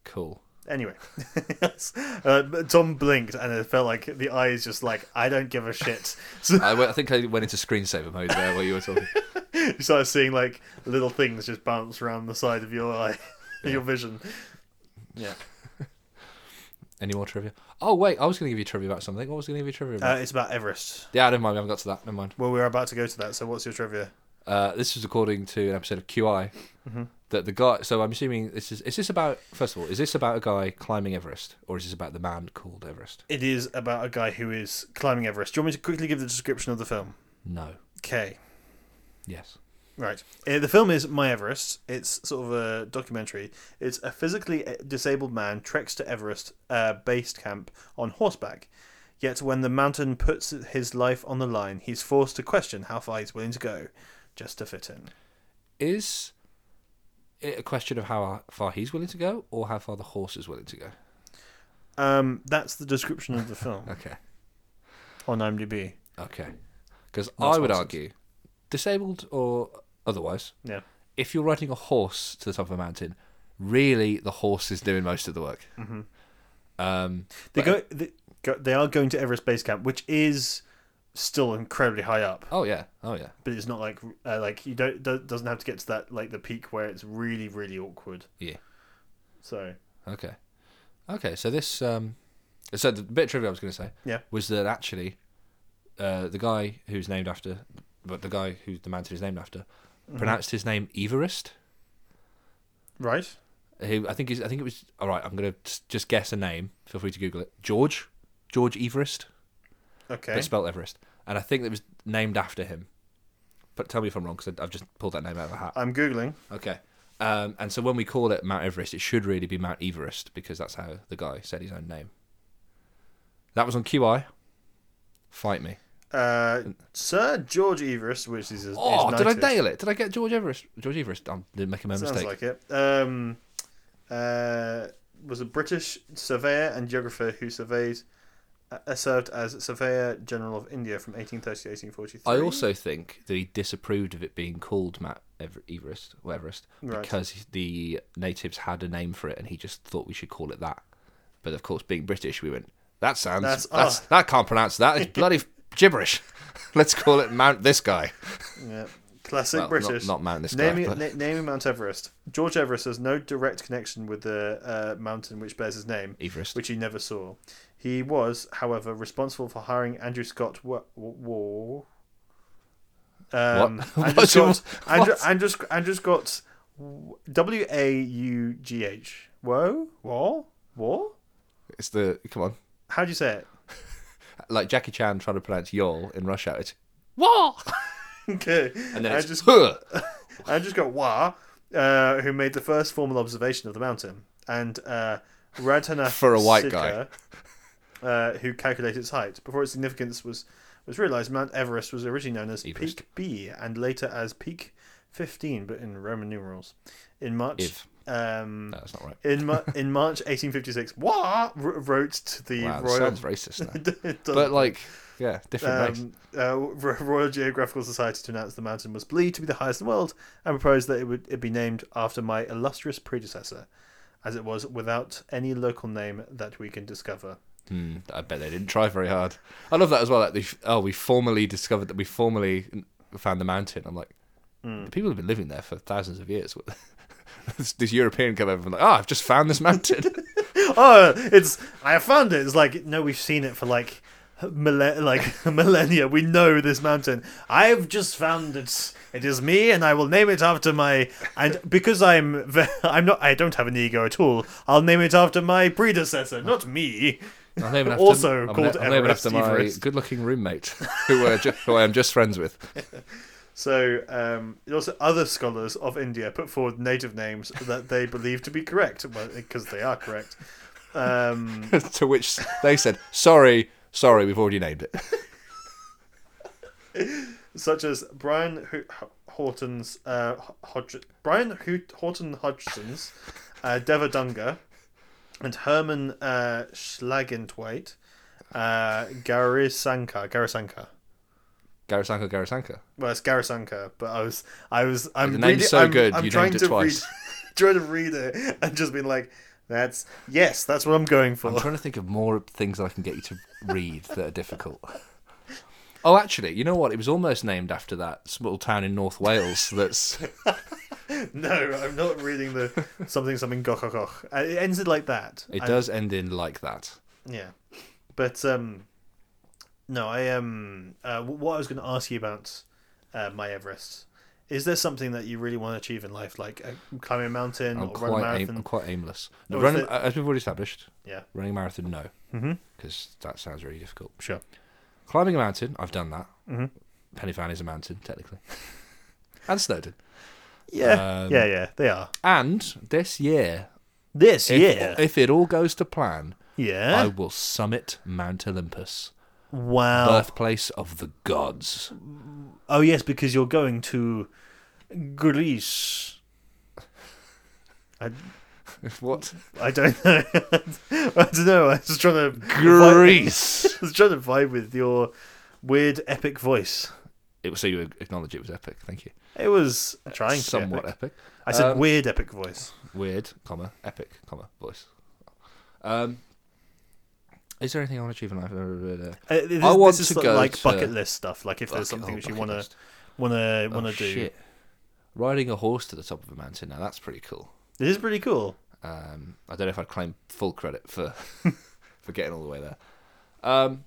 S2: cool.
S1: anyway, [laughs] yes. uh, but Tom blinked and it felt like the eyes just like I don't give a shit. [laughs] So
S2: I, went- I think I went into screensaver mode there while you were talking.
S1: you started seeing like little things just bounce around the side of your eye, [laughs] your vision. Yeah.
S2: Any more trivia? Oh wait, I was going to give you trivia about something. What was going to give you trivia about?
S1: Uh, it's about Everest.
S2: yeah, never mind. We haven't got to that. Never mind.
S1: Well, we're about to go to that. So, what's your trivia?
S2: Uh, this was according to an episode of QI. That the guy. So I'm assuming this is. Is this about? First of all, is this about a guy climbing Everest, or is this about the man called Everest?
S1: It is about a guy who is climbing Everest. Do you want me to quickly give the description of the film?
S2: No.
S1: Okay.
S2: Yes.
S1: Right. Uh, the film is My Everest. It's sort of a documentary. It's a physically uh, disabled man treks to Everest uh, base camp on horseback. Yet when the mountain puts his life on the line, he's forced to question how far he's willing to go just to fit in.
S2: Is it a question of how far he's willing to go, or how far the horse is willing to go?
S1: Um, that's the description of the film
S2: [laughs] Okay.
S1: on IMDb.
S2: Okay. Because
S1: That's
S2: I would
S1: nonsense.
S2: argue, disabled or otherwise,
S1: Yeah.
S2: if you're riding a horse to the top of a mountain, really the horse is doing most of the work. Um,
S1: They
S2: but-
S1: go, they go. They are going to Everest base camp, which is still incredibly high up,
S2: oh yeah, oh yeah.
S1: but it's not like uh, like you don't do, doesn't have to get to that like the peak where it's really really awkward.
S2: Yeah.
S1: So
S2: Okay. Okay, so this um so the bit of trivia I was gonna say
S1: Yeah.
S2: was that actually uh the guy who's named after but the guy who the mountain is named after
S1: Mm-hmm.
S2: pronounced his name Everest.
S1: right,
S2: Who I think is I think it was all right, I'm gonna s- just guess a name, feel free to Google it. George. George Everest.
S1: okay,
S2: But spelled Everest. And I think it was named after him. But tell me if I'm wrong, because I've just pulled that name out of a hat.
S1: I'm googling.
S2: Okay. Um, and so when we call it Mount Everest, it should really be Mount Everest because that's how the guy said his own name. That was on QI. Fight me.
S1: Uh, Sir George Everest, which is his,
S2: Mm. Oh,
S1: his
S2: did I
S1: 90th.
S2: nail it? Did I get George Everest? George Everest. I didn't make a
S1: Sounds
S2: mistake.
S1: like it. Um, uh, was a British surveyor and geographer who surveyed. Uh, served as Surveyor General of India from 1830 to 1843.
S2: I also think that he disapproved of it being called Mount Ever- Everest or Everest
S1: Right.
S2: because the natives had a name for it and he just thought we should call it that. But of course, being British, we went, that sounds,
S1: That's- ah."
S2: that's, that can't pronounce that. It's bloody gibberish. [laughs] Let's call it Mount this guy.
S1: Yeah. Classic
S2: Well, not-
S1: British.
S2: not Mount this guy,
S1: naming,
S2: but-
S1: na- naming Mount Everest. George Everest has no direct connection with the uh, mountain which bears his name,
S2: Everest.
S1: which he never saw. He was, however, responsible for hiring Andrew Scott Wa- Wa- Wa- Um,
S2: What?
S1: Andrew
S2: [laughs] What?
S1: Scott. Andrew,
S2: What?
S1: Andrew, Sc- Andrew Scott. W A U G H. Whoa? War? War?
S2: It's the come on,
S1: How do you say it?
S2: like Jackie Chan trying to pronounce "y'all" in Rush Hour. It's "wah,"
S1: Okay.
S2: [laughs] and then
S1: I
S2: it's
S1: just-
S2: "huh."
S1: I just got Wa, uh, who made the first formal observation of the mountain, and uh, Radhanath
S2: [laughs] For a white
S1: Siddhar, uh, who calculated its height. Before its significance was was realized, Mount Everest was originally known as
S2: Everest.
S1: Peak B and later as Peak 15, but in Roman numerals. In March,
S2: If.
S1: um,
S2: No, that's not right.
S1: in Ma- in March 1856, Wa wr- wrote to the
S2: Wow, that
S1: royal. [laughs]
S2: sounds racist. Now.
S1: It doesn't-
S2: but like, Yeah, different race.
S1: um, uh, Ro- Royal Geographical Society to announce the mountain was believed to be the highest in the world and proposed that it would it be named after my illustrious predecessor, as it was without any local name that we can discover.
S2: Hmm, I bet they didn't try very hard. I love that as well. That they, oh, we formally discovered that we formally found the mountain. I'm like,
S1: Hmm.
S2: the people have been living there for thousands of years. [laughs] this, this European come over and like, oh, I've just found this mountain.
S1: Oh, it's I have found it. It's like no, we've seen it for like mille- like [laughs] millennia. We know this mountain. I've just found it. It is me, and I will name it after my and because I'm ve- [laughs] I'm not I don't have an ego at all. I'll name it after my predecessor, not me.
S2: [laughs]
S1: [laughs]
S2: I'm naming
S1: Also called
S2: I'm naming
S1: Everest,
S2: after my
S1: Everest.
S2: good-looking [laughs] roommate, who, were ju- who I am just friends with.
S1: So, um, also other scholars of India put forward native names that they believe to be correct, well, because they are correct. Um,
S2: [laughs] to which they said, sorry, sorry, we've already named it. [laughs]
S1: such as Brian Ho- Horton's, uh, Hodg- Brian Ho- Horton Hodgson's, uh, Devadunga, and Herman uh, Schlagentwait, uh, Garisankar, Garisankar.
S2: Garisanka, Garisanka.
S1: Well, it's Garisanka, but I was, I was, I'm
S2: The name's
S1: reading,
S2: so
S1: I'm,
S2: good,
S1: I'm
S2: you
S1: trying
S2: named it
S1: to
S2: twice.
S1: read, [laughs] trying to read it and just been like, that's yes, that's what I'm going for.
S2: I'm trying to think of more things that I can get you to read that are difficult. [laughs] Oh, actually, you know what? It was almost named after that small town in North Wales. [laughs] That's
S1: [laughs] No, I'm not reading
S2: [laughs]
S1: the something something goch goch, goch. Uh, It ends it like that.
S2: it
S1: I-
S2: does end in like that.
S1: Yeah, but um, no, I um, uh, wh- what I was going to ask you about uh, my Everest. Is there something that you really want to achieve in life, like uh, climbing a mountain
S2: I'm
S1: or running a
S2: quite, aim-
S1: marathon?
S2: I'm quite aimless.
S1: Or is
S2: Running,
S1: it-
S2: As we've already established,
S1: Yeah,
S2: running a marathon, no,
S1: mm-hmm.
S2: because that sounds really difficult.
S1: sure.
S2: Climbing a mountain, I've done that.
S1: Mhm.
S2: Pennyfan is a mountain, technically, [laughs] and Snowdon.
S1: Yeah,
S2: Um,
S1: yeah, yeah. They are
S2: And this year,
S1: this
S2: if,
S1: year.
S2: if it all goes to plan,
S1: yeah.
S2: I will summit Mount Olympus,
S1: wow.
S2: birthplace of the gods.
S1: Oh yes, because you're going to Greece. I,
S2: [laughs] What?
S1: I don't know. [laughs] I don't know. I was just trying to
S2: Greece.
S1: [laughs] I was trying to vibe with your weird epic voice.
S2: [laughs] It was so you acknowledge it was epic. Thank you.
S1: It was trying to be
S2: Uh, Somewhat
S1: epic.
S2: epic.
S1: I said
S2: Um,
S1: weird epic voice.
S2: Weird, comma, epic, comma, voice. Um, is there anything I want to achieve in life? Uh,
S1: Uh, this,
S2: I want
S1: this is
S2: to
S1: sort
S2: go
S1: of like
S2: to-
S1: bucket list stuff. Like if
S2: bucket-
S1: there's something
S2: oh,
S1: that you
S2: bucket
S1: want to
S2: list.
S1: want to
S2: Oh,
S1: want to do.
S2: Shit. Riding a horse to the top of a mountain. Now that's pretty cool.
S1: This is pretty cool.
S2: Um, I don't know if I'd claim full credit for [laughs] for getting all the way there. Um,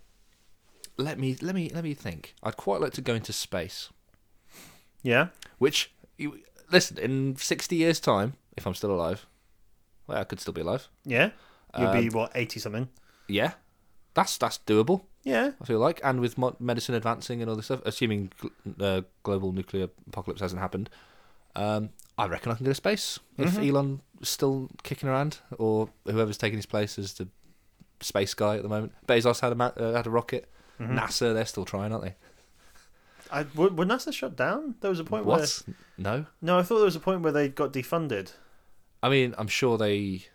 S2: let me let me let me think. I'd quite like to go into space,
S1: Yeah.
S2: which you, listen in sixty years' time, if I'm still alive, well, I could still be alive.
S1: Yeah. You'll
S2: Um,
S1: be what eighty something.
S2: Yeah, that's that's doable.
S1: Yeah.
S2: I feel like, and with mo- medicine advancing and all this stuff, assuming gl- uh, global nuclear apocalypse hasn't happened, um, I reckon I can go to space if Elon's still kicking around or whoever's taking his place as the space guy at the moment. Bezos had a ma- uh, had a rocket. NASA, they're still trying, aren't they?
S1: I, were, were NASA shut down? There was a point where
S2: What? No.
S1: no, I thought there was a point where they got defunded.
S2: I mean, I'm sure they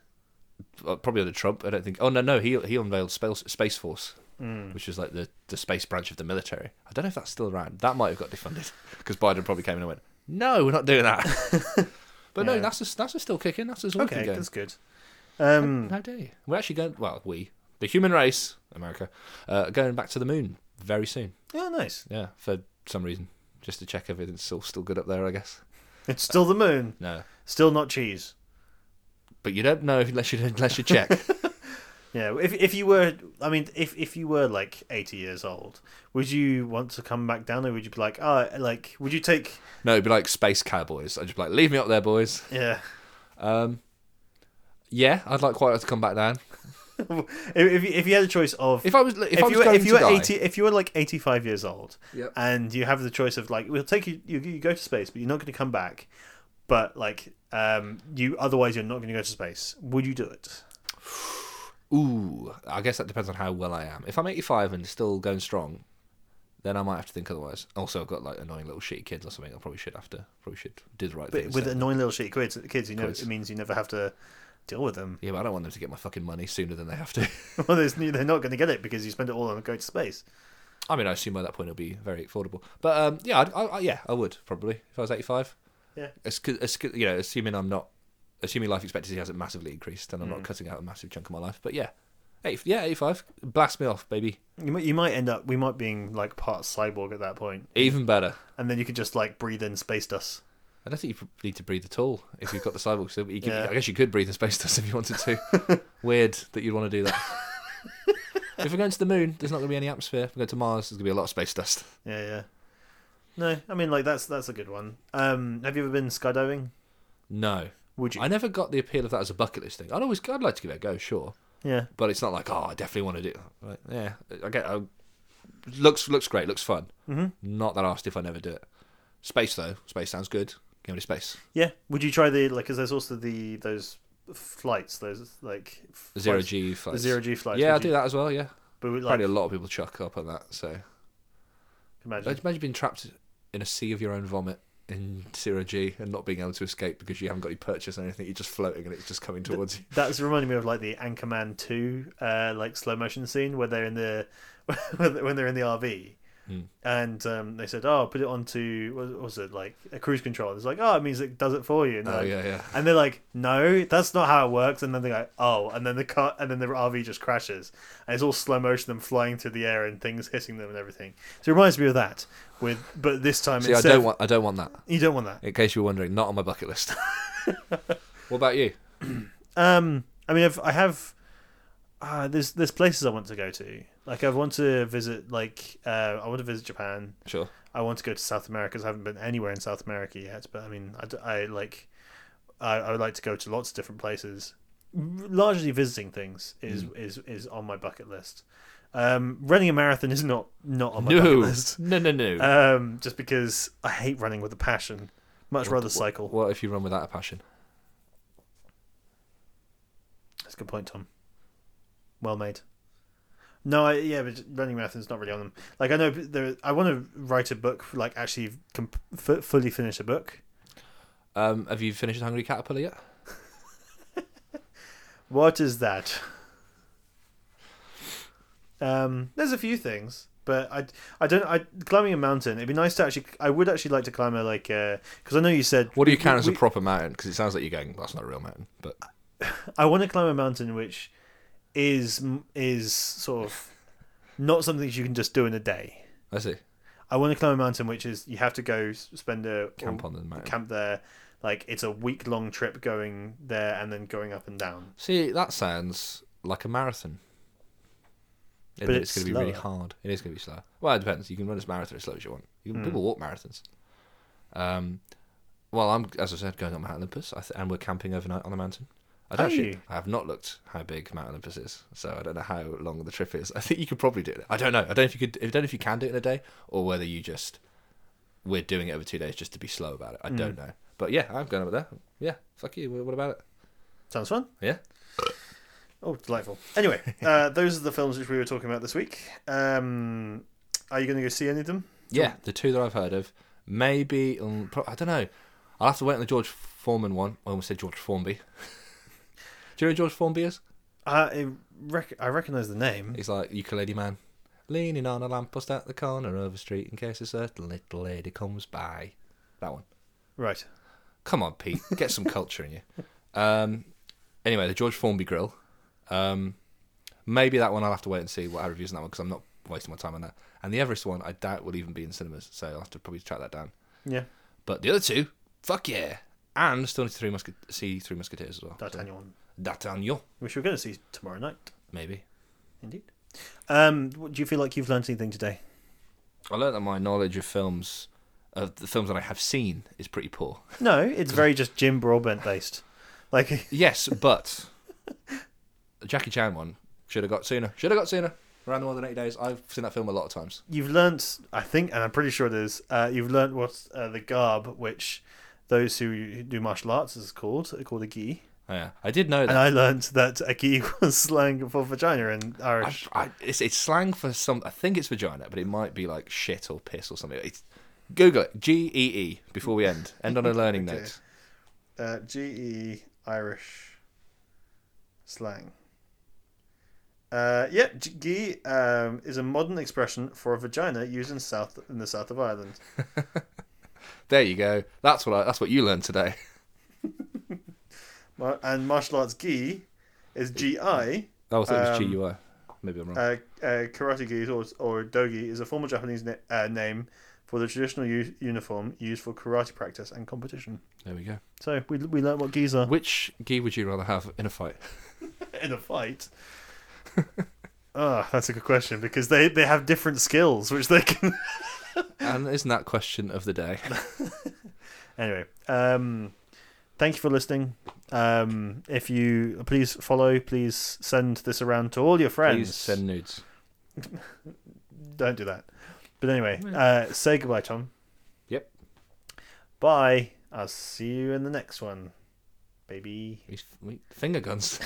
S2: uh, probably under Trump. I don't think. Oh no, no, he he unveiled Space Space Force,
S1: Hmm.
S2: Hmm. which is like the the space branch of the military. I don't know if that's still around. That might have got defunded [laughs] because Biden probably came in and went, "No, we're not doing that." [laughs] but
S1: Yeah.
S2: no, that's just, that's just still kicking. That's just working.
S1: Okay,
S2: Okay,
S1: that's good. Um,
S2: How dare you? We're actually going. Well, we the human race, America, uh, going back to the moon very soon.
S1: yeah, nice.
S2: Yeah, for some reason, just to check everything's still still good up there. I guess.
S1: It's still the moon.
S2: No,
S1: Still not cheese.
S2: but you don't know unless you unless you
S1: [laughs]
S2: check.
S1: Yeah, if if you were, I mean, if if you were like eighty years old, would you want to come back down, or would you be like, oh, like, would you take?
S2: no, it'd be like space cowboys. I'd just be like, "Leave me up there, boys."
S1: Yeah, [laughs]
S2: Um, yeah, I'd like quite like to come back down.
S1: if if you, if you had a choice of
S2: If I was, if, I was
S1: you were,
S2: going
S1: if you
S2: to
S1: were
S2: die,
S1: eighty if you were like eighty five years old,
S2: Yep.
S1: and you have the choice of like, we'll take you, you you go to space, but you're not going to come back, but like, um, you otherwise you're not going to go to space. Would you do it?
S2: ooh, I guess that depends on how well I am. If I'm 85 and still going strong, then I might have to think otherwise. Also, I've got like annoying little shitty kids or something. I probably should have to, probably should do the right
S1: But
S2: thing.
S1: with
S2: instead.
S1: annoying little shitty kids, kids, you know,
S2: Quiz.
S1: it means you never have to deal with them. [laughs]
S2: yeah, but I don't want them to [laughs] get my fucking money sooner than they have to.
S1: well, there's, they're not going to get it because you spend it all on going to space.
S2: I mean, I assume by that point it'll be very affordable. But um, yeah, I'd, I, I, yeah, I would probably if I was eighty-five.
S1: Yeah.
S2: As, as, you know, assuming I'm not, assuming life expectancy hasn't massively increased, and I'm
S1: Mm.
S2: not cutting out a massive chunk of my life. But yeah, eight, yeah, eighty-five, blast me off, baby.
S1: You might, you might end up, we might being like part cyborg at that point,
S2: Even better.
S1: and then you could just like breathe in space dust.
S2: I don't think you need to breathe at all if you've got the cyborg. So you could,
S1: Yeah.
S2: I guess you could breathe in space dust if you wanted
S1: [laughs]
S2: to. Weird that you'd want to do that. if we're going to the moon, there's not going to be any atmosphere. If we're going to Mars, there's going to be a lot of space dust.
S1: Yeah, yeah. No, I mean like that's that's a good one. Um, have you ever been skydiving?
S2: No,
S1: Would you?
S2: I never got the appeal of that as a bucket list thing. I'd always, I'd like to give it a go, sure,
S1: Yeah,
S2: but it's not like, oh, I definitely want to do. Like, yeah, I get. I, looks looks great. Looks fun. Mm-hmm. Not that asked if I never do it. Space though, space sounds good. Give me space.
S1: yeah. Would you try the like? Because there's also the those flights, those like
S2: Zero
S1: flights-
S2: G
S1: the
S2: flights.
S1: zero G flights.
S2: Yeah,
S1: would
S2: I'll do
S1: you-
S2: that as well. Yeah,
S1: But would, like,
S2: probably a lot of people chuck up on that. So
S1: imagine.
S2: imagine being trapped in a sea of your own vomit in zero G and not being able to escape because you haven't got any purchase or anything. You're just floating and it's just coming towards you.
S1: That's reminding me of like the Anchorman Two, uh, like slow motion scene where they're in the [laughs] when they're in the RV,
S2: Hmm.
S1: and um, they said, "Oh, put it onto what what was it like a cruise control?" And it's like, "Oh, it means it does it for you." And they're
S2: Oh
S1: like-
S2: yeah, yeah.
S1: And they're like, "No, that's not how it works." And then they go, "Oh," and then the car and then the RV just crashes, and it's all slow motion, them flying through the air and things hitting them and everything. So it reminds me of that. With but this time,
S2: See, I
S1: instead
S2: don't
S1: of-
S2: want. I don't want that.
S1: you don't want that.
S2: In case you were wondering, not on my bucket list. [laughs]
S1: [laughs]
S2: what about you?
S1: Um, I mean, I've, I have. Uh, there's there's places I want to go to. Like I want to visit. Like uh, I want to visit Japan.
S2: Sure.
S1: I want to go to South America 'cause I haven't been anywhere in South America yet. But I mean, I, d- I, like. I, I would like to go to lots of different places. Largely visiting things is is, is on my bucket list. Um, running a marathon is not not on my bucket
S2: No. [laughs]
S1: list.
S2: No, no, no.
S1: Um, just because I hate running with a passion. Much rather cycle.
S2: what if you run without a passion?
S1: That's a good point, Tom. Well made. No, I, yeah, but running marathons not really on them. Like I know there, I want to write a book, like actually comp- f- fully finish a book.
S2: Um, have you finished Hungry Caterpillar yet?
S1: What is that? Um, there's a few things, but I, I don't. I climbing a mountain. It'd be nice to actually. I would actually like to climb a like because I know you said.
S2: What do you
S1: we-
S2: count as a
S1: we-
S2: proper mountain? Because it sounds like you're going. That's not a real mountain, but
S1: I want to climb a mountain which is is sort of not something that you can just do in a day.
S2: I see.
S1: I want to climb a mountain, which is you have to go s- spend a
S2: Camp
S1: or
S2: on the mountain.
S1: camp there. Like it's a week long trip going there and then going up and down.
S2: See, that sounds like a marathon. And
S1: But it's
S2: it's, going to be really
S1: slower.
S2: hard. It is going to be slow. Well, it depends. You can run as marathon as slow as you want. You can,
S1: Hmm.
S2: People walk marathons. Um, well, I'm as I said going up Mount Olympus, I th- and we're camping overnight on the mountain. I don't
S1: Are
S2: actually,
S1: you?
S2: I have not looked how big Mount Olympus is, so I don't know how long the trip is. [laughs] I think you could probably do it. I don't know. I don't know if you could. I don't know if you can do it in a day, or whether you just we're doing it over two days just to be slow about it.
S1: Hmm.
S2: I don't know. But yeah, I'm going over there. Yeah, fuck you. What what about it?
S1: Sounds fun.
S2: Yeah.
S1: Oh, delightful.
S2: [laughs]
S1: Anyway, uh, those are the films which we were talking about this week. Um, are you going to go see any of them?
S2: Yeah, the two that I've heard of. Maybe um, pro- I don't know. I'll have to wait on the George Foreman one. I almost said George Formby. [laughs] Do you know who George Formby is?
S1: I rec- I recognize the name.
S2: He's like ukulele man, leaning on a lamppost at the corner of a street in case a certain little lady comes by. That one.
S1: Right.
S2: Come on, Pete, get some culture in you. Um, anyway, the George Formby Grill. Um, maybe that one I'll have to wait and see what our reviews on that one because I'm not wasting my time on that. And the Everest one, I doubt will even be in cinemas, so I'll have to probably track that down.
S1: Yeah.
S2: But the other two, fuck yeah. And still need to three musket- see Three Musketeers as well.
S1: D'Artagnan one,
S2: So, D'Artagnan,
S1: which we're going to see tomorrow night.
S2: maybe.
S1: Indeed. Um, what- do you feel like you've learned anything
S2: [laughs]
S1: today?
S2: I learned that my knowledge of films, of the films that I have seen, is pretty poor. [laughs]
S1: No, it's very just Jim Broadbent based. Like,
S2: Yes, but the Jackie Chan one should have got sooner. Should have got sooner. Around the World in 80 Days. I've seen that film a lot of times.
S1: you've learnt, I think, and I'm pretty sure it is, uh, you've learnt what uh, the garb, which those who do martial arts is called, are called a gi.
S2: Oh, yeah. I did know
S1: And
S2: that.
S1: I learnt that a gi [laughs] was slang for vagina in
S2: I,
S1: Irish.
S2: I, it's, it's slang for some. I think it's vagina, but it might be like shit or piss or something. It's, Google it. G E E before we end.
S1: [laughs]
S2: End on a learning
S1: Okay.
S2: note.
S1: Uh, GE Irish slang. Uh, yeah, gi um, is a modern expression for a vagina used in south in the south of Ireland.
S2: There you go. That's what I, that's what you learned today.
S1: Mar- And martial arts gi is GI. Uh,
S2: Oh, I thought it was
S1: Um,
S2: GUI. Maybe I'm wrong.
S1: uh, karate gi or, or dogi is a formal Japanese na- uh, name for the traditional u- uniform used for karate practice and competition.
S2: there we go.
S1: So we we learned what gis are
S2: Which gi would you rather have in a fight?
S1: in a fight. [laughs] Ah, that's a good question because they, they have different skills which they can [laughs]
S2: And isn't that question of the day?
S1: anyway um thank you for listening um if you please follow please send this around to all your friends
S2: Please send nudes.
S1: don't do that but anyway uh say goodbye tom
S2: Yep.
S1: bye i'll see you in the next one baby
S2: He's- we- Finger guns.